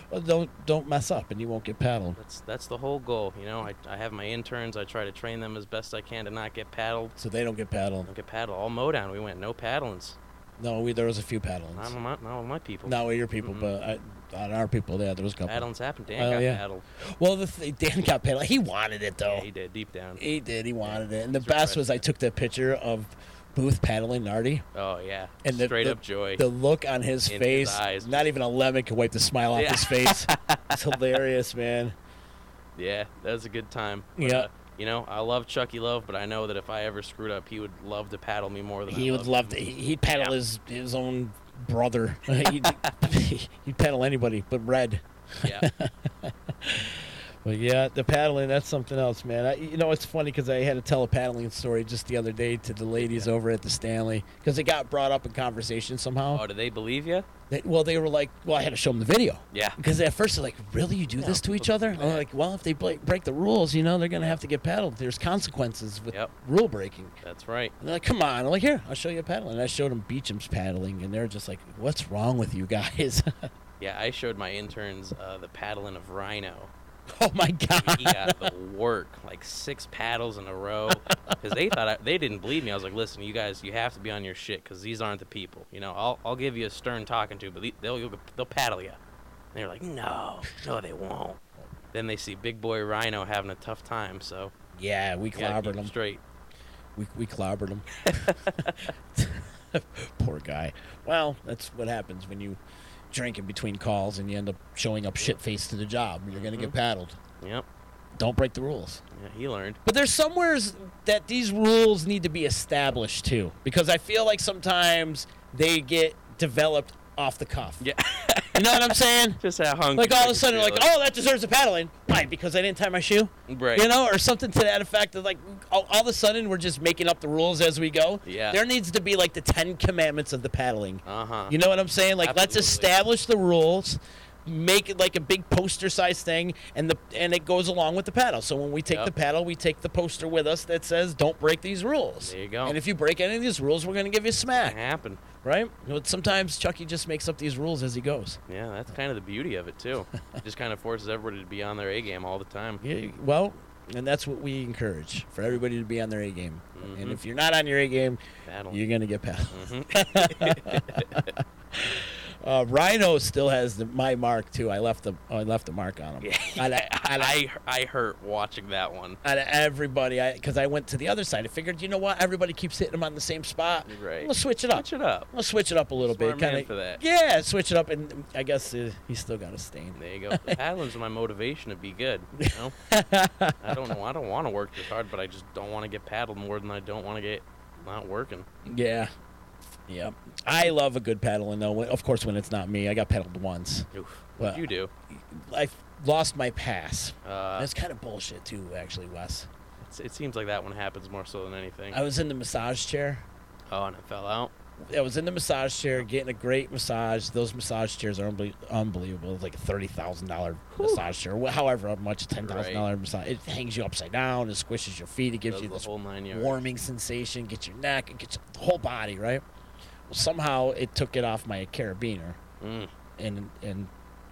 Speaker 9: Well, don't don't mess up, and you won't get paddled.
Speaker 8: That's that's the whole goal, you know. I, I have my interns. I try to train them as best I can to not get paddled.
Speaker 9: So they don't get paddled.
Speaker 8: Don't get paddled. All Modown, we went no paddlings.
Speaker 9: No, we there was a few
Speaker 8: Not
Speaker 9: paddlings.
Speaker 8: with my, not with my people.
Speaker 9: Not with your people,
Speaker 8: Mm-mm.
Speaker 9: but I, on our people, yeah, there was a couple.
Speaker 8: paddlings happened. Dan
Speaker 9: Oh,
Speaker 8: got
Speaker 9: yeah.
Speaker 8: paddled.
Speaker 9: Well, the th- Dan got paddled. He wanted it though.
Speaker 8: Yeah, he did deep down.
Speaker 9: he, did. He wanted it. And the
Speaker 8: He's
Speaker 9: best was I
Speaker 8: requested.
Speaker 9: took the picture of Booth paddling Nardi,
Speaker 8: Oh yeah,
Speaker 9: and the,
Speaker 8: straight
Speaker 9: the-
Speaker 8: up joy.
Speaker 9: The look on his
Speaker 8: In his
Speaker 9: face.
Speaker 8: eyes.
Speaker 9: Not even a lemon could wipe the smile off
Speaker 8: Yeah.
Speaker 9: his face. it's hilarious, man.
Speaker 8: yeah, that was a good time. But,
Speaker 9: Yeah.
Speaker 8: uh, you know, I love Chucky Love, but I know that if I ever screwed up, he would love to paddle me more than I
Speaker 9: He would
Speaker 8: loved
Speaker 9: love
Speaker 8: him.
Speaker 9: to. he- He'd paddle his his own brother. he'd, he'd paddle anybody, but Red.
Speaker 8: Yeah,
Speaker 9: But yeah, the paddling, that's something else, man. I, you know, it's funny because I had to tell a paddling story just the other day to the ladies over at the Stanley because it got brought up in conversation somehow.
Speaker 8: oh, do they believe you?
Speaker 9: They- well, they were like, well, I had to show them the video.
Speaker 8: Yeah.
Speaker 9: Because at first they're like, really? You do this to each other? I'm like, well, if they break, break the rules, you know, they're going to have to get paddled. There's consequences with
Speaker 8: Yep.
Speaker 9: rule breaking.
Speaker 8: That's right.
Speaker 9: And they're like, come on. I'm like, here, I'll show you a paddling. And I showed them Beecham's paddling, and they're just like, what's wrong with you guys?
Speaker 8: Yeah, I showed my interns uh, the paddling of Rhino.
Speaker 9: oh, my God.
Speaker 8: he got the work, like six paddles in a row, because they thought I, they didn't believe me. I was like, "Listen, you guys, you have to be on your shit, because these aren't the people. You know, I'll I'll give you a stern talking to, but the- they'll you'll- they'll paddle you." And they're like, "No, no, they won't." Then they see Big Boy Rhino having a tough time, so
Speaker 9: Yeah, we
Speaker 8: you gotta keep
Speaker 9: clobbered
Speaker 8: 'em
Speaker 9: them.
Speaker 8: straight.
Speaker 9: We, we clobbered him. Poor guy. Well, that's what happens when you drink in between calls and you end up showing up shit faced to the job. You're going to get paddled.
Speaker 8: Yep,
Speaker 9: Don't break the rules.
Speaker 8: yeah, he learned.
Speaker 9: But there's somewheres that these rules need to be established too, because I feel like sometimes they get developed off the cuff.
Speaker 8: Yeah,
Speaker 9: You know what I'm saying?
Speaker 8: just how hungry.
Speaker 9: Like all of a sudden, like, oh, that deserves a paddling. why? Because I didn't tie my shoe?
Speaker 8: Right.
Speaker 9: "Oh, You know, or something to that effect. That like all, all of a sudden we're just making up the rules as we go.
Speaker 8: Yeah.
Speaker 9: There needs to be like the Ten Commandments of the paddling.
Speaker 8: Uh huh.
Speaker 9: You know what I'm saying? Like let's
Speaker 8: Absolutely.
Speaker 9: establish the rules, make it like a big poster size thing, and the and it goes along with the paddle. So when we take
Speaker 8: Yep.
Speaker 9: the paddle, we take the poster with us that says "Don't break these rules."
Speaker 8: There you go. Uh-huh.
Speaker 9: And if you break any of these rules, we're gonna give you a smack,
Speaker 8: happen.
Speaker 9: right? You know, sometimes Chucky just makes up these rules as he goes.
Speaker 8: Yeah, that's kind of the beauty of it too. it just kind of forces everybody to be on their A game all the time.
Speaker 9: Yeah, well, and that's what we encourage for everybody to be on their A game. And if you're not on your A game,
Speaker 8: Mm-hmm. Battle. Mm-hmm.
Speaker 9: you're gonna get paddled. uh, Rhino still has the, my mark too. I left the I left the mark on him. On, on-
Speaker 8: I I hurt watching that one.
Speaker 9: on everybody, because I, went to the other side. I figured, you know what? Everybody keeps hitting them on the same spot.
Speaker 8: Right.
Speaker 9: Let's switch it up.
Speaker 8: Switch it up.
Speaker 9: Let's switch it up a little
Speaker 8: Smart
Speaker 9: bit.
Speaker 8: man
Speaker 9: Kinda-
Speaker 8: for that.
Speaker 9: Yeah, switch it up, and I guess uh, he's still got a stain.
Speaker 8: There you go. The paddling's my motivation to be good. You know, I don't know. I don't want to work this hard, but I just don't want to get paddled more than I don't want to get not working.
Speaker 9: Yeah. Yeah. I love a good paddling though. Of course, when it's not me, I got paddled once.
Speaker 8: Oof.
Speaker 9: Well,
Speaker 8: What'd you do?
Speaker 9: I lost my pass.
Speaker 8: Uh,
Speaker 9: That's kind of bullshit too, actually, Wes.
Speaker 8: it's- it seems like that one happens more so than anything.
Speaker 9: I was in the massage chair.
Speaker 8: Oh, and it fell out.
Speaker 9: I was in the massage chair getting a great massage. Those massage chairs are unbe- unbelievable. It's like a thirty thousand dollar massage chair, wh- however much ten thousand dollar massage. It hangs you upside down, it squishes your feet, it gives
Speaker 8: Does
Speaker 9: you
Speaker 8: the
Speaker 9: this
Speaker 8: whole nine yards.
Speaker 9: warming sensation, gets your neck, it gets the whole body, right? Well, somehow it took it off my carabiner,
Speaker 8: Mm.
Speaker 9: and and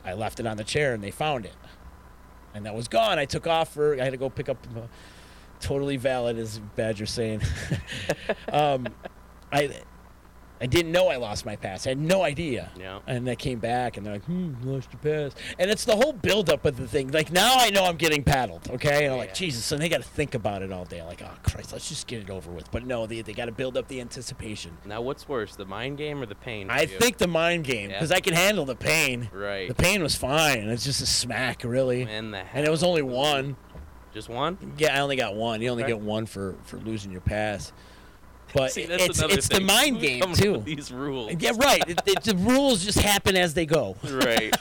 Speaker 9: I left it on the chair, and they found it, and that was gone. I took off for I had to go pick up. the- totally valid, as Badger saying. um, I I didn't know I lost my pass. I had no idea.
Speaker 8: Yeah.
Speaker 9: And I came back and they're like, hmm, you lost your pass. And it's the whole buildup of the thing. Like, now I know I'm getting paddled, okay? And I'm
Speaker 8: Yeah.
Speaker 9: like, Jesus. And they got to think about it all day. Like, oh, Christ, let's just get it over with. But no, they, they got to build up the anticipation.
Speaker 8: Now, what's worse, the mind game or the pain? for
Speaker 9: I
Speaker 8: you?
Speaker 9: think the mind game,
Speaker 8: Yeah.
Speaker 9: because I can handle the pain.
Speaker 8: Right.
Speaker 9: The pain was fine. It's just a smack, really.
Speaker 8: And the
Speaker 9: and it was
Speaker 8: hell.
Speaker 9: only one.
Speaker 8: Just one?
Speaker 9: Yeah, I only got one. You only
Speaker 8: Okay.
Speaker 9: get one for, for losing your pass. But
Speaker 8: See, that's
Speaker 9: it's,
Speaker 8: another
Speaker 9: it's the
Speaker 8: thing.
Speaker 9: mind
Speaker 8: Who
Speaker 9: game,
Speaker 8: comes up
Speaker 9: too.
Speaker 8: with these rules.
Speaker 9: Yeah, right. It- it- the rules just happen as they go.
Speaker 8: Right.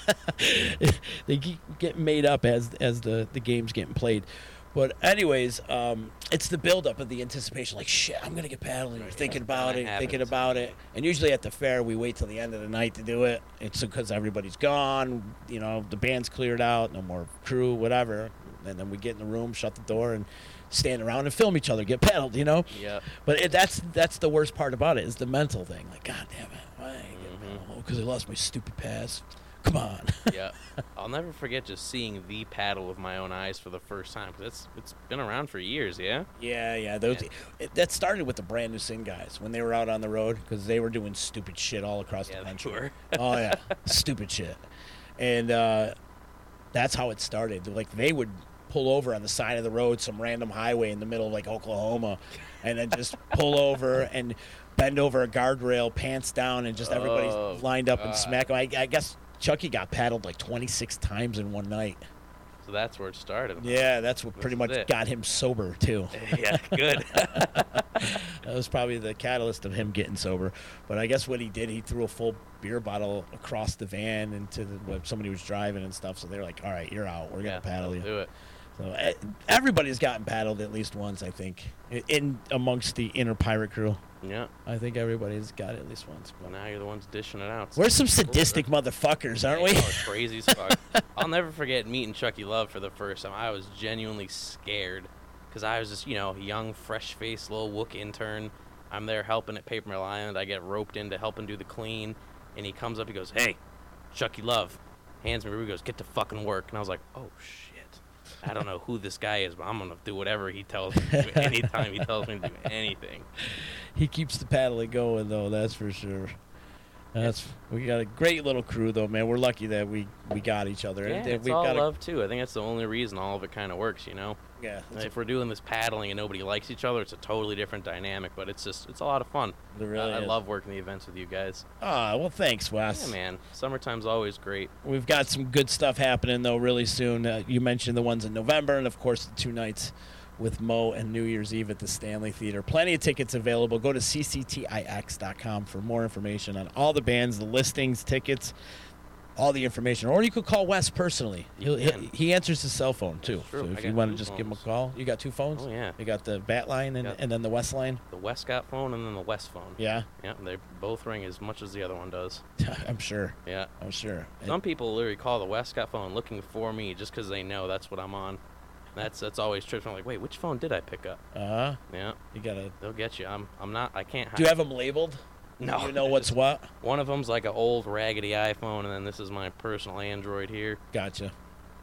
Speaker 9: they ge- get made up as as the the game's getting played. But anyways, um, it's the buildup of the anticipation. Like shit, I'm gonna get paddled. and You're thinking about it,
Speaker 8: That
Speaker 9: thinking
Speaker 8: happens.
Speaker 9: about it. And usually at the fair, we wait till the end of the night to do it. It's because everybody's gone. You know, the band's cleared out. No more crew, whatever. And then we get in the room, shut the door, and stand around and film each other get paddled. You know.
Speaker 8: Yep.
Speaker 9: But it, that's that's the worst part about it is the mental thing. Like, god damn it, why I
Speaker 8: Mm-hmm.
Speaker 9: Because I lost my stupid pass. Come on.
Speaker 8: yeah. I'll never forget just seeing the paddle with my own eyes for the first time because it's it's been around for years. Yeah.
Speaker 9: yeah, yeah. Those it, that started with the brand new sin guys when they were out on the road because they were doing stupid shit all across
Speaker 8: Yeah,
Speaker 9: the
Speaker 8: they
Speaker 9: country.
Speaker 8: were.
Speaker 9: oh yeah, stupid shit. And uh, that's how it started. Like they would pull over on the side of the road, some random highway in the middle of like Oklahoma, and then just pull over and bend over a guardrail, pants down, and just everybody
Speaker 8: Oh,
Speaker 9: lined up and
Speaker 8: God.
Speaker 9: smack 'em. I, I guess Chucky got paddled like 26 times in one night.
Speaker 8: So that's where it started.
Speaker 9: Yeah, that's what pretty
Speaker 8: This
Speaker 9: much
Speaker 8: is it.
Speaker 9: got him sober too.
Speaker 8: yeah. Good.
Speaker 9: That was probably the catalyst of him getting sober. But I guess what he did, he threw a full beer bottle across the van into the, what somebody was driving and stuff. So they were like, "All right, you're out. We're
Speaker 8: yeah.
Speaker 9: gonna paddle
Speaker 8: they'll
Speaker 9: you."
Speaker 8: Do it.
Speaker 9: So eh, everybody's gotten paddled at least once, I think, i- in amongst the inner pirate crew.
Speaker 8: Yeah.
Speaker 9: I think everybody's got it at least once.
Speaker 8: Well, now you're the ones dishing it out.
Speaker 9: We're some sadistic motherfuckers, aren't we?
Speaker 8: Y'all are crazy as fuck. I'll never forget meeting Chucky Love for the first time. I was genuinely scared because I was just, you know, young, fresh faced little Wook intern. I'm there helping at Paper Mill Island. I get roped into helping do the clean. And he comes up, he goes, Hey, Chucky Love. Hands me a beer, he goes, Get to fucking work. And I was like, Oh, shit. I don't know who this guy is, but I'm going to do whatever he tells me to do anytime he tells me to do anything.
Speaker 9: He keeps the paddling going though, that's for sure. That's we got a great little crew though, man. We're lucky that we we got each other.
Speaker 8: Yeah,
Speaker 9: and that
Speaker 8: it's
Speaker 9: we've
Speaker 8: all
Speaker 9: got a-
Speaker 8: love, too. I think that's the only reason all of it kind of works, you know?
Speaker 9: yeah, it's
Speaker 8: if we're doing this paddling and nobody likes each other, it's a totally different dynamic. But it's just it's a lot of fun.
Speaker 9: It really
Speaker 8: I, I
Speaker 9: is.
Speaker 8: love working the events with you guys.
Speaker 9: Ah, well, thanks, Wes.
Speaker 8: Yeah, man, summertime's always great.
Speaker 9: We've got some good stuff happening though, really soon. Uh, you mentioned the ones in November, and of course the two nights with Mo and New Year's Eve at the Stanley Theater. Plenty of tickets available. Go to cctix.com for more information on all the bands, the listings, tickets. all the information, or you could call Wes personally. He'll, he'll,
Speaker 8: Man.
Speaker 9: he answers his cell phone too.
Speaker 8: True,
Speaker 9: So
Speaker 8: I
Speaker 9: if
Speaker 8: got
Speaker 9: you want to
Speaker 8: two
Speaker 9: just give him a
Speaker 8: phones.
Speaker 9: call, you got two phones.
Speaker 8: Oh, yeah.
Speaker 9: You got the bat line and,
Speaker 8: Got-
Speaker 9: and then the West line.
Speaker 8: The Westcott phone and then the West phone.
Speaker 9: Yeah,
Speaker 8: Yeah, they both ring as much as the other one does.
Speaker 9: I'm sure.
Speaker 8: Yeah.
Speaker 9: I'm sure.
Speaker 8: Some people literally call the Westcott phone looking for me just because they know that's what I'm on. That's that's always trips. I'm like, wait, which phone did I pick up?
Speaker 9: Uh,
Speaker 8: Yeah,
Speaker 9: you gotta.
Speaker 8: they'll get you. I'm I'm not. I can't. Hide.
Speaker 9: Do you have them labeled?
Speaker 8: No.
Speaker 9: You know what's what?
Speaker 8: One of them's like an old raggedy iPhone, and then this is my personal Android here.
Speaker 9: Gotcha.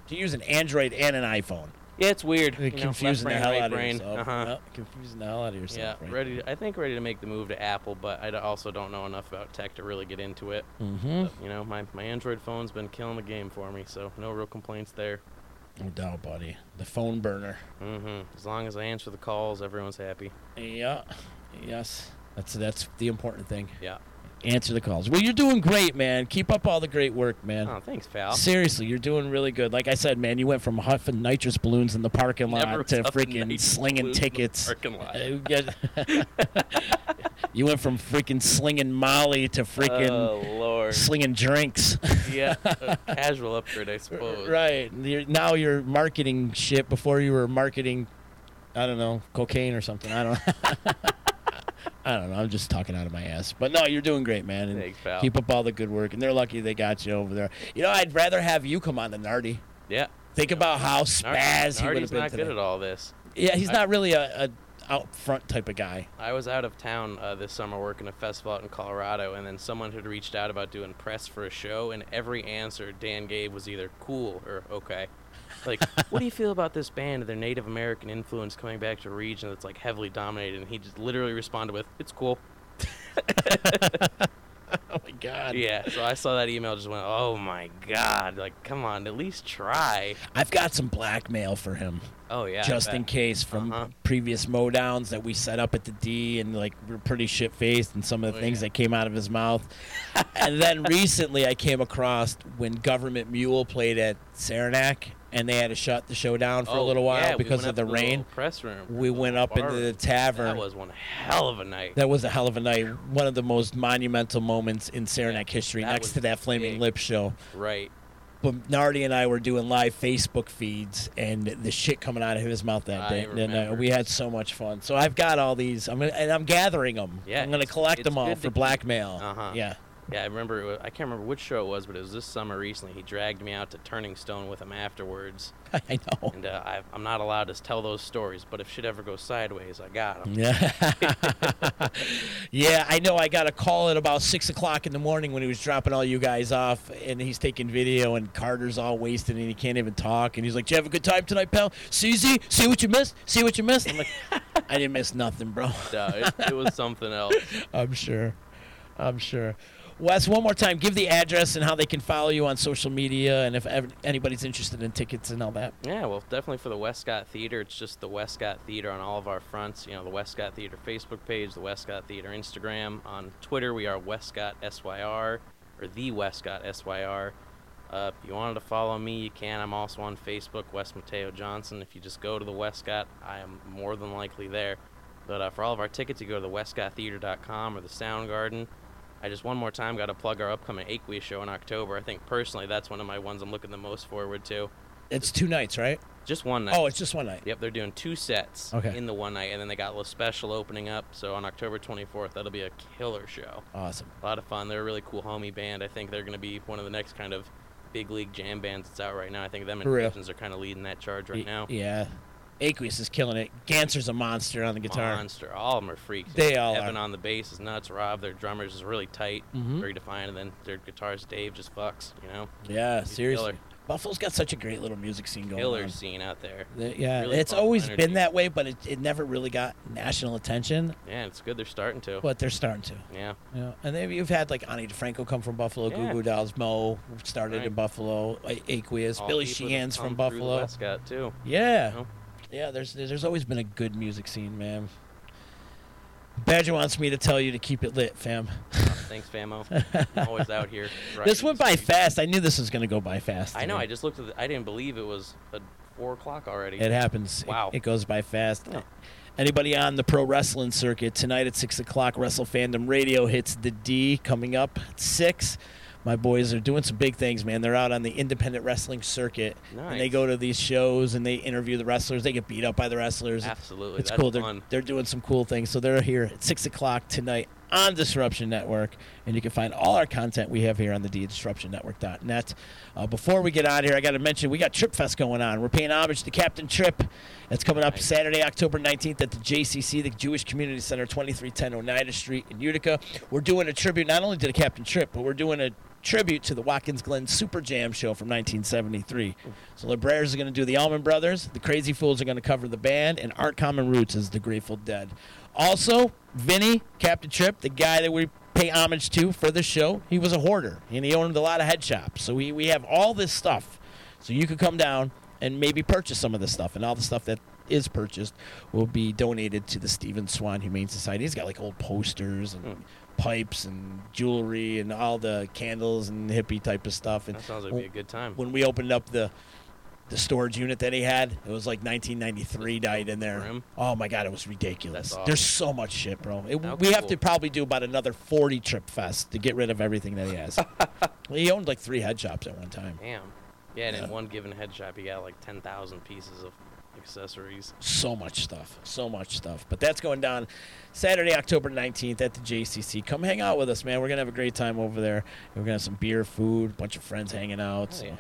Speaker 9: Do you use an Android and an iPhone?
Speaker 8: Yeah, it's weird. you know, left
Speaker 9: confusing
Speaker 8: brain,
Speaker 9: the hell
Speaker 8: right
Speaker 9: out
Speaker 8: brain.
Speaker 9: of yourself.
Speaker 8: Uh-huh.
Speaker 9: Yep, confusing the hell out of
Speaker 8: Yeah,
Speaker 9: yourself. right?
Speaker 8: ready. I think ready to make the move to Apple, but I d- also don't know enough about tech to really get into it.
Speaker 9: Mm-hmm.
Speaker 8: You know, my, my Android phone's been killing the game for me, so no real complaints there.
Speaker 9: No doubt, buddy. The phone burner.
Speaker 8: hmm As long as I answer the calls, everyone's happy.
Speaker 9: Yeah. Yes. That's that's the important thing.
Speaker 8: Yeah.
Speaker 9: Answer the calls. Well, you're doing great, man. Keep up all the great work, man.
Speaker 8: Oh, thanks, pal.
Speaker 9: Seriously, you're doing really good. Like I said, man, you went from huffing nitrous balloons in the parking lot
Speaker 8: Never was
Speaker 9: to
Speaker 8: up in
Speaker 9: freaking
Speaker 8: night
Speaker 9: slinging
Speaker 8: balloons in the
Speaker 9: tickets.
Speaker 8: Parking lot.
Speaker 9: Uh, you get- you went from freaking slinging Molly to freaking
Speaker 8: Oh lord.
Speaker 9: slinging drinks.
Speaker 8: Yeah. a casual upgrade, I suppose.
Speaker 9: right. You're, now you're marketing shit before you were marketing, I don't know, cocaine or something. I don't. I don't know. I'm just talking out of my ass. But no, you're doing great, man. And
Speaker 8: Thanks, pal.
Speaker 9: keep up all the good work. And they're lucky they got you over there. You know, I'd rather have you come on than Nardi.
Speaker 8: Yeah.
Speaker 9: Think about how
Speaker 8: Nar-
Speaker 9: spaz he would have
Speaker 8: Nardi's
Speaker 9: been
Speaker 8: not
Speaker 9: today.
Speaker 8: good at all this.
Speaker 9: Yeah, he's
Speaker 8: I-
Speaker 9: not really a, a out front type of guy.
Speaker 8: I was out of town uh, this summer working a festival out in Colorado, and then someone had reached out about doing press for a show, and every answer Dan gave was either cool or okay. Like, what do you feel about this band and their Native American influence coming back to a region that's like heavily dominated? And he just literally responded with, "It's cool."
Speaker 9: Oh my god.
Speaker 8: Yeah. So I saw that email, just went, "Oh my god!" Like, come on, at least try.
Speaker 9: I've got some blackmail for him
Speaker 8: Oh yeah. I
Speaker 9: just in
Speaker 8: bet.
Speaker 9: case from
Speaker 8: Uh-huh.
Speaker 9: previous modowns that we set up at the D and like we're pretty shit faced and some of the
Speaker 8: Oh,
Speaker 9: things
Speaker 8: yeah.
Speaker 9: that came out of his mouth. and then recently I came across when Government Mule played at Saranac and they had to shut the show down for a
Speaker 8: Oh,
Speaker 9: little while
Speaker 8: yeah, we
Speaker 9: because
Speaker 8: went
Speaker 9: of
Speaker 8: up
Speaker 9: the
Speaker 8: to little
Speaker 9: rain.
Speaker 8: press room.
Speaker 9: We went up into the tavern.
Speaker 8: That was one hell of a night.
Speaker 9: That was a hell of a night. One of the most monumental moments in Saranac history,
Speaker 8: that
Speaker 9: next
Speaker 8: was
Speaker 9: to that Flaming
Speaker 8: big.
Speaker 9: Lip show.
Speaker 8: right.
Speaker 9: But Nardi and I were doing live Facebook feeds, and the shit coming out of his mouth that
Speaker 8: I
Speaker 9: day. And uh,
Speaker 8: remember.
Speaker 9: we had so much fun. So I've got all these. I'm gonna, and I'm gathering them.
Speaker 8: Yeah,
Speaker 9: I'm gonna
Speaker 8: it's-
Speaker 9: collect
Speaker 8: it's
Speaker 9: them all
Speaker 8: good to
Speaker 9: for
Speaker 8: keep-
Speaker 9: blackmail.
Speaker 8: Uh-huh.
Speaker 9: Yeah.
Speaker 8: Yeah, I remember. It was, I can't remember which show it was, but it was this summer recently. He dragged me out to Turning Stone with him afterwards,
Speaker 9: I know.
Speaker 8: and uh, I, I'm not allowed to tell those stories. But if shit ever goes sideways, I got him.
Speaker 9: Yeah. yeah, I know. I got a call at about six o'clock in the morning when he was dropping all you guys off, and he's taking video, and Carter's all wasted, and he can't even talk. And he's like, "Did you have a good time tonight, pal? CZ, see what you missed? See what you missed?" I'm like, "I didn't miss nothing, bro.
Speaker 8: No, it, it was something else.
Speaker 9: I'm sure. I'm sure." Wes, one more time, give the address and how they can follow you on social media, and if ever, anybody's interested in tickets and all that.
Speaker 8: Yeah, well, definitely for the Westcott Theater, it's just the Westcott Theater on all of our fronts. You know, the Westcott Theater Facebook page, the Westcott Theater Instagram. On Twitter, we are Westcott SYR or the Westcott SYR. Uh, if you wanted to follow me, you can. I'm also on Facebook, West Mateo Johnson. If you just go to the Westcott, I am more than likely there. But uh, for all of our tickets, you go to the westcotttheater.com or the Sound Garden. I just one more time got to plug our upcoming Aquia show in October. I think personally that's one of my ones I'm looking the most forward to.
Speaker 9: It's two nights, right?
Speaker 8: Just one night.
Speaker 9: Oh, it's just one night.
Speaker 8: Yep, they're doing two sets
Speaker 9: Okay.
Speaker 8: in the one night, and then they got a little special opening up. So on October 24th, that'll be a killer show.
Speaker 9: Awesome.
Speaker 8: A lot of fun. They're a really cool homie band. I think they're going to be one of the next kind of big league jam bands that's out right now. I think them and
Speaker 9: For real.
Speaker 8: Pigeons are kind of leading that charge right now.
Speaker 9: Yeah. Aqueous is killing it. Ganser's a monster on the guitar.
Speaker 8: Monster. All of them are freaks.
Speaker 9: They all
Speaker 8: Evan
Speaker 9: are.
Speaker 8: on the bass is nuts. Rob, their drummers is really tight,
Speaker 9: Mhm.
Speaker 8: very defined, and then their guitarist Dave just fucks. You know,
Speaker 9: Yeah,
Speaker 8: He's a
Speaker 9: seriously.
Speaker 8: killer.
Speaker 9: Buffalo's got such a great little music scene going
Speaker 8: killer
Speaker 9: on.
Speaker 8: scene out there.
Speaker 9: Th- Yeah,
Speaker 8: Really
Speaker 9: it's
Speaker 8: fun
Speaker 9: always
Speaker 8: energy.
Speaker 9: been that way, but it, it never really got national attention.
Speaker 8: Yeah, it's good. They're starting to.
Speaker 9: But they're starting to.
Speaker 8: Yeah.
Speaker 9: Yeah, and then you've had like Ani DeFranco come from Buffalo, Goo
Speaker 8: Yeah.
Speaker 9: Goo Dolls, Mo started
Speaker 8: Right.
Speaker 9: in Buffalo, A- Aqueous,
Speaker 8: All
Speaker 9: Billy
Speaker 8: people that
Speaker 9: Sheehan's from
Speaker 8: come through the
Speaker 9: Buffalo.
Speaker 8: Westcott too.
Speaker 9: Yeah,
Speaker 8: You know?
Speaker 9: yeah. There's there's always been a good music scene, man. Badger wants me to tell you to keep it lit, fam.
Speaker 8: Thanks, Famo. I'm always out here.
Speaker 9: this
Speaker 8: grinding
Speaker 9: went
Speaker 8: the
Speaker 9: by
Speaker 8: streets.
Speaker 9: fast. I knew this was gonna go by fast.
Speaker 8: I know.
Speaker 9: today.
Speaker 8: I just looked at. The, I didn't believe it was at four o'clock already.
Speaker 9: It happens. It-
Speaker 8: Wow.
Speaker 9: It, goes by fast.
Speaker 8: Yeah.
Speaker 9: Anybody on the pro wrestling circuit tonight at six o'clock? Wrestle Fandom Radio hits the D coming up at six. my boys are doing some big things, man. They're out on the independent wrestling circuit, and they
Speaker 8: Nice.
Speaker 9: go to these shows and they interview the wrestlers. They get beat up by the wrestlers.
Speaker 8: Absolutely,
Speaker 9: it's
Speaker 8: that's
Speaker 9: cool. They're,
Speaker 8: fun.
Speaker 9: they're doing some cool things. So they're here at six o'clock tonight on Disruption Network, and you can find all our content we have here on the DisruptionNetwork.net. Uh, before we get out of here, I got to mention we got Trip Fest going on. We're paying homage to Captain Trip. That's coming up Saturday, October 19th at the JCC, the Jewish Community Center, 2310 Oneida Street in Utica. We're doing a tribute not only to the Captain Trip, but we're doing a tribute to the Watkins Glen Super Jam show from 1973. So the Brayers are going to do the Allman Brothers, the Crazy Fools are going to cover the band, and Art Common Roots is the Grateful Dead. Also, Vinny, Captain Tripp, the guy that we pay homage to for this show, he was a hoarder and he owned a lot of head shops. So we, we have all this stuff. So you could come down and maybe purchase some of this stuff, and all the stuff that is purchased will be donated to the Stephen Swan Humane Society. He's got like old posters and
Speaker 8: Hmm.
Speaker 9: pipes and jewelry and all the candles and hippie type of stuff. And
Speaker 8: That sounds like it'd be a good time.
Speaker 9: When we opened up the the storage unit that he had, it was like 1993 died in there.
Speaker 8: Room?
Speaker 9: Oh my god, it was ridiculous.
Speaker 8: That's awesome.
Speaker 9: There's so much shit, bro. It,
Speaker 8: How
Speaker 9: we have to
Speaker 8: cool.
Speaker 9: probably do about another 40 trip fest to get rid of everything that he has. he owned like three head shops at one time.
Speaker 8: Damn. Yeah, and
Speaker 9: Yeah.
Speaker 8: in one given head shop, you got like 10,000 pieces of accessories.
Speaker 9: so much stuff so much stuff but that's going down saturday october 19th at the jcc come hang out with us man we're gonna have a great time over there we're gonna have some beer food bunch of friends hanging out so
Speaker 8: yeah.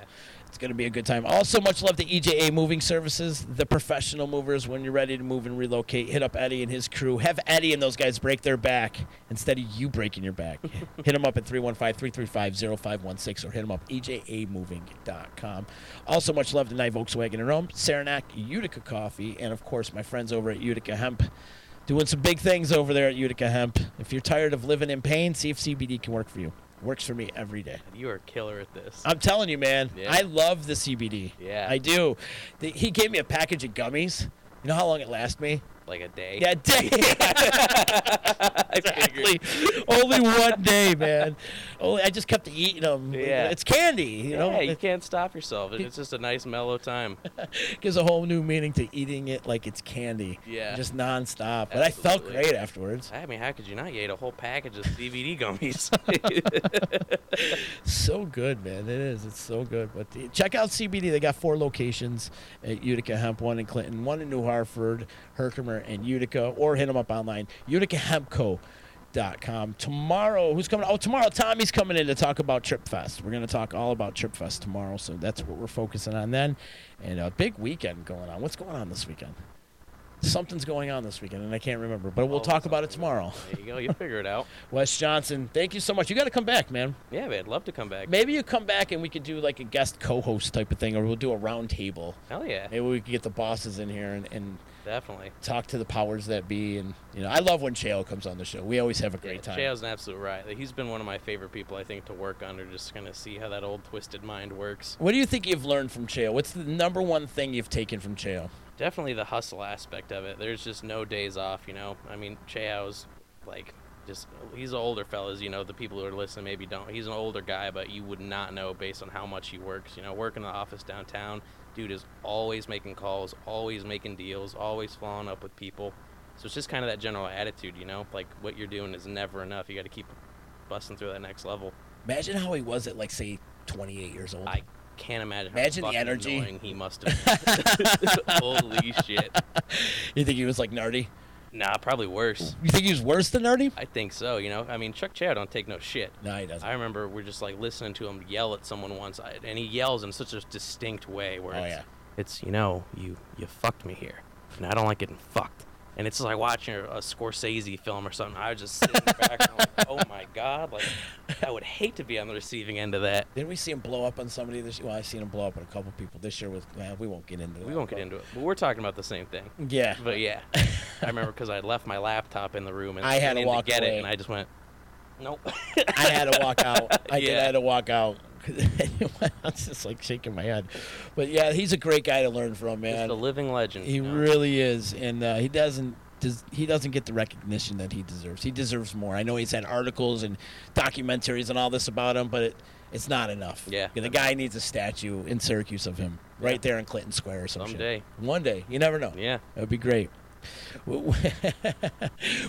Speaker 9: it's gonna be a good time also much love to eja moving services the professional movers when you're ready to move and relocate hit up eddie and his crew have eddie and those guys break their back instead of you breaking your back hit them up at 315-335-0516 or hit them up E ejamoving.com also much love to Nye Volkswagen in Rome, Saranac Utica Coffee, and of course my friends over at Utica Hemp. Doing some big things over there at Utica Hemp. If you're tired of living in pain, see if CBD can work for you. Works for me every day.
Speaker 8: You are a killer at this.
Speaker 9: I'm telling you, man,
Speaker 8: Yeah.
Speaker 9: I love the CBD.
Speaker 8: Yeah.
Speaker 9: I do. The, he gave me a package of gummies. You know how long it lasts me?
Speaker 8: like a day.
Speaker 9: Yeah, day.
Speaker 8: I figured.
Speaker 9: exactly. Only one day, man. Only, I just kept eating them.
Speaker 8: Yeah.
Speaker 9: It's candy, you know?
Speaker 8: yeah, you can't stop yourself. It's just a nice mellow time.
Speaker 9: gives a whole new meaning to eating it like it's candy.
Speaker 8: Yeah.
Speaker 9: Just nonstop. But I felt
Speaker 8: Absolutely.
Speaker 9: great afterwards.
Speaker 8: I mean, how could you not? You ate a whole package of CBD gummies.
Speaker 9: So good, man. It is. It's so good. But the, check out CBD. They got four locations at Utica Hemp, one in Clinton, one in New Hartford, Herkimer, and Utica. Or hit them up online, uticahempco.com. Tomorrow, who's coming? Oh, tomorrow, Tommy's coming in to talk about Trip Fest. We're going to talk all about Trip Fest tomorrow. So that's what we're focusing on then. And a big weekend going on. What's going on this weekend? Something's going on this weekend, and I can't remember. But we'll
Speaker 8: Always
Speaker 9: talk about it
Speaker 8: something.
Speaker 9: tomorrow.
Speaker 8: there you go. You figure it out.
Speaker 9: Wes Johnson, thank you so much. You got to come back, man.
Speaker 8: Yeah, man. I'd love to come back.
Speaker 9: Maybe you come back and we could do like a guest co-host type of thing, or we'll do a round table.
Speaker 8: Hell yeah.
Speaker 9: Maybe we could get the bosses in here and, and
Speaker 8: Definitely.
Speaker 9: talk to the powers that be. And you know, I love when Chael comes on the show. We always have a
Speaker 8: Yeah,
Speaker 9: great time.
Speaker 8: Chao's an absolute riot. He's been one of my favorite people, I think, to work under. Just kind of see how that old twisted mind works.
Speaker 9: What do you think you've learned from Chael? What's the number one thing you've taken from Chael?
Speaker 8: definitely the hustle aspect of it. There's just no days off, you know. I mean, Chao's like just he's an older fellas, you know. The people who are listening maybe don't. He's an older guy, but you would not know based on how much he works. You know, working the office downtown, dude is always making calls, always making deals, always following up with people. So it's just kind of that general attitude, you know. Like what you're doing is never enough. You got to keep busting through that next level.
Speaker 9: Imagine how he was at like say 28 years old.
Speaker 8: I can't imagine.
Speaker 9: Imagine the
Speaker 8: how fucking
Speaker 9: energy.
Speaker 8: annoying he must have. been. Holy shit!
Speaker 9: You think he was like nerdy?
Speaker 8: Nah, probably worse.
Speaker 9: You think he was worse than nerdy?
Speaker 8: I think so. You know, I mean, Chuck Chow don't take no shit.
Speaker 9: No, he doesn't.
Speaker 8: I remember we're just like listening to him yell at someone once, I- and he yells in such a distinct way where
Speaker 9: Oh,
Speaker 8: it's,
Speaker 9: yeah.
Speaker 8: it's you know you you fucked me here, and I don't like getting fucked. And it's like watching a, a Scorsese film or something. I was just sitting back, and I'm like, oh my god, like I would hate to be on the receiving end of that.
Speaker 9: Didn't we see him blow up on somebody this year? Well, I've seen him blow up on a couple people this year with, well, we won't get into that.
Speaker 8: We won't get into it, but we're talking about the same thing.
Speaker 9: it. Yeah.
Speaker 8: But yeah, I remember because I left my laptop in the room and
Speaker 9: I had
Speaker 8: went
Speaker 9: to
Speaker 8: in
Speaker 9: walk
Speaker 8: get
Speaker 9: away.
Speaker 8: it, and I just went, nope.
Speaker 9: I had to walk out. I did. I
Speaker 8: Yeah.
Speaker 9: had to walk out. I was just like shaking my head. But yeah, he's a great guy to learn from,
Speaker 8: Just a
Speaker 9: man.
Speaker 8: living legend.
Speaker 9: He
Speaker 8: you know?
Speaker 9: really is, and uh, he doesn't. Does, he doesn't get the recognition that he deserves. He deserves more. I know he's had articles and documentaries and all this about him, but it, it's not enough.
Speaker 8: Yeah.
Speaker 9: the guy needs a statue in Syracuse of him, right there in Clinton Square or some shit.
Speaker 8: Someday.
Speaker 9: One day, you never know.
Speaker 8: Yeah.
Speaker 9: that'd be great. What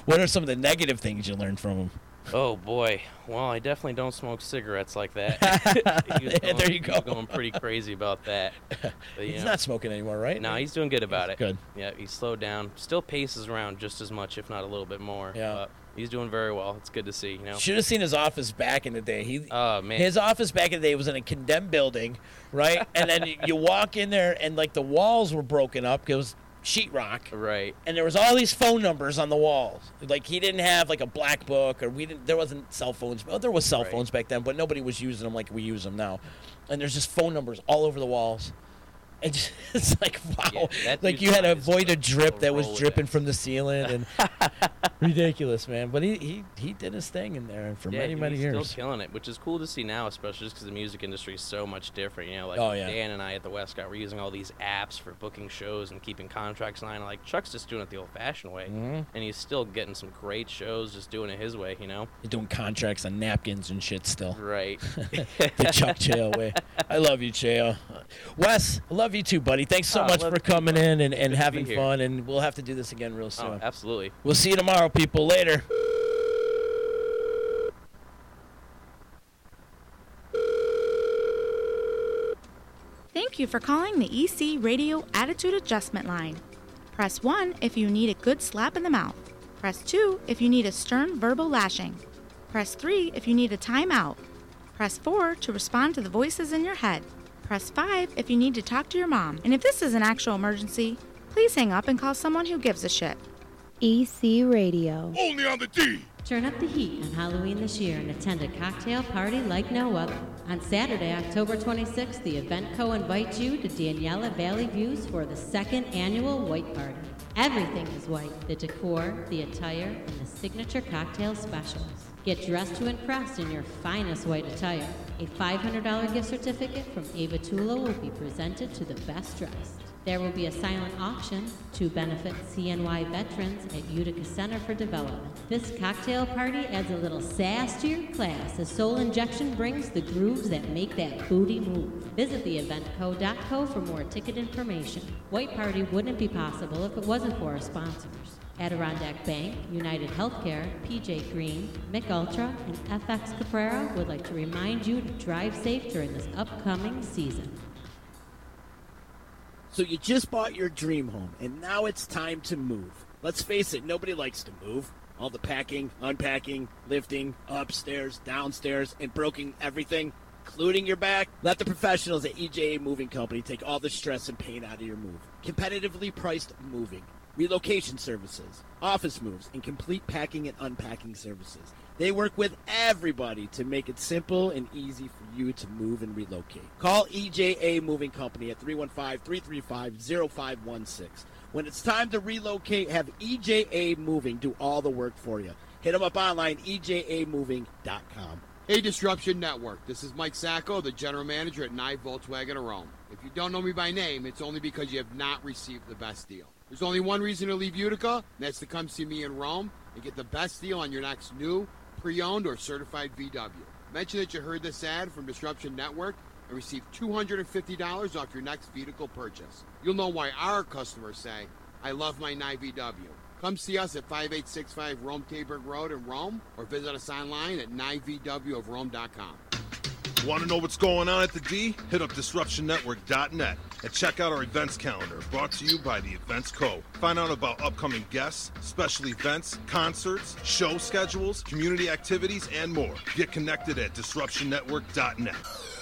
Speaker 9: what are some of the negative things you learned from him?
Speaker 8: Oh boy. Well, I definitely don't smoke cigarettes like that. He was
Speaker 9: There you
Speaker 8: he was
Speaker 9: go.
Speaker 8: going pretty crazy about that. But, you
Speaker 9: He's
Speaker 8: know,
Speaker 9: not smoking anymore, right?
Speaker 8: No, he's doing good about
Speaker 9: He's
Speaker 8: it.
Speaker 9: good.
Speaker 8: Yeah, he's slowed down. Still paces around just as much, if not a little bit more.
Speaker 9: Yeah.
Speaker 8: But he's doing very well. It's good to see. You know.
Speaker 9: Should have seen his office back in the day. He,
Speaker 8: Oh man.
Speaker 9: His office back in the day was in a condemned building, right? and then you- you walk in there, and like the walls were broken up. It was sheetrock,
Speaker 8: right.
Speaker 9: and there was all these phone numbers on the walls. Like he didn't have like a black book, or we didn't. There wasn't cell phones. Well, there was cell
Speaker 8: Right.
Speaker 9: phones back then, but nobody was using them like we use them now. And there's just phone numbers all over the walls. And just- it's like wow,
Speaker 8: Yeah, that
Speaker 9: like
Speaker 8: dude's
Speaker 9: you had to
Speaker 8: mind is
Speaker 9: avoid a
Speaker 8: a
Speaker 9: drip that was
Speaker 8: Rolodex.
Speaker 9: dripping from the ceiling and ridiculous, man. But he, he he did his thing in there for
Speaker 8: Yeah,
Speaker 9: many
Speaker 8: dude,
Speaker 9: many
Speaker 8: he's
Speaker 9: years.
Speaker 8: still killing it, which is cool to see now, especially just because the music industry is so much different. You know, like
Speaker 9: Oh, yeah.
Speaker 8: Dan and I at the Westcott, we're using all these apps for booking shows and keeping contracts in line. Like Chuck's just doing it the old-fashioned way,
Speaker 9: Mm-hmm.
Speaker 8: and he's still getting some great shows, just doing it his way. You know,
Speaker 9: You're doing contracts on napkins and shit still.
Speaker 8: right?
Speaker 9: The Chuck Chayo way. I love you, Chayo. Wes, I love you too, buddy. Thanks so
Speaker 8: Oh, I
Speaker 9: much
Speaker 8: love
Speaker 9: for
Speaker 8: you too,
Speaker 9: coming
Speaker 8: bud.
Speaker 9: in and, and
Speaker 8: be
Speaker 9: having
Speaker 8: here.
Speaker 9: fun, and we'll have to do this again real soon.
Speaker 8: oh, absolutely.
Speaker 9: we'll see you tomorrow, people. Later.
Speaker 10: Thank you for calling the EC Radio Attitude Adjustment Line. Press 1 if you need a good slap in the mouth. Press 2 if you need a stern verbal lashing. Press 3 if you need a timeout. Press 4 to respond to the voices in your head. Press 5 if you need to talk to your mom. And if this is an actual emergency, please hang up and call someone who gives a shit.
Speaker 11: EC Radio.
Speaker 5: Only on the D.
Speaker 2: Turn up the heat on Halloween this year and attend a cocktail party like no other. On Saturday, October 26th, the event co invites you to Daniela Valley Views for the second annual White Party. Everything is white the decor, the attire, and the signature cocktail specials. Get dressed to impress in your finest white attire. A $500 gift certificate from Ava Tula will be presented to the best dressed. There will be a silent auction to benefit CNY veterans at Utica Center for Development. This cocktail party adds a little sass to your class as Soul Injection brings the grooves that make that booty move. Visit theeventco.co for more ticket information. White Party wouldn't be possible if it wasn't for our sponsors. Adirondack Bank, United Healthcare, PJ Green, Mick Ultra, and FX Caprera would like to remind you to drive safe during this upcoming season.
Speaker 3: So you just bought your dream home, and now it's time to move. Let's face it, nobody likes to move. All the packing, unpacking, lifting, upstairs, downstairs, and broking everything, including your back. Let the professionals at EJA Moving Company take all the stress and pain out of your move. Competitively priced moving, relocation services, office moves, and complete packing and unpacking services. They work with everybody to make it simple and easy for you to move and relocate. Call EJA Moving Company at 315-335-0516. When it's time to relocate, have EJA Moving do all the work for you. Hit them up online, E ejamoving.com.
Speaker 4: Hey, Disruption Network. This is Mike Sacco, the general manager at Nye Volkswagen of Rome. If you don't know me by name, it's only because you have not received the best deal. There's only one reason to leave Utica, and that's to come see me in Rome and get the best deal on your next new, pre owned, or certified VW. Mention that you heard this ad from Disruption Network and receive $250 off your next vehicle purchase. You'll know why our customers say, I love my Nye VW. Come see us at 5865 Rome Taberg Road in Rome or visit us online at 9vwofrome.com.
Speaker 5: Want to know what's going on at the D? Hit up disruptionnetwork.net and check out our events calendar brought to you by the Events Co. Find out about upcoming guests, special events, concerts, show schedules, community activities, and more. Get connected at disruptionnetwork.net.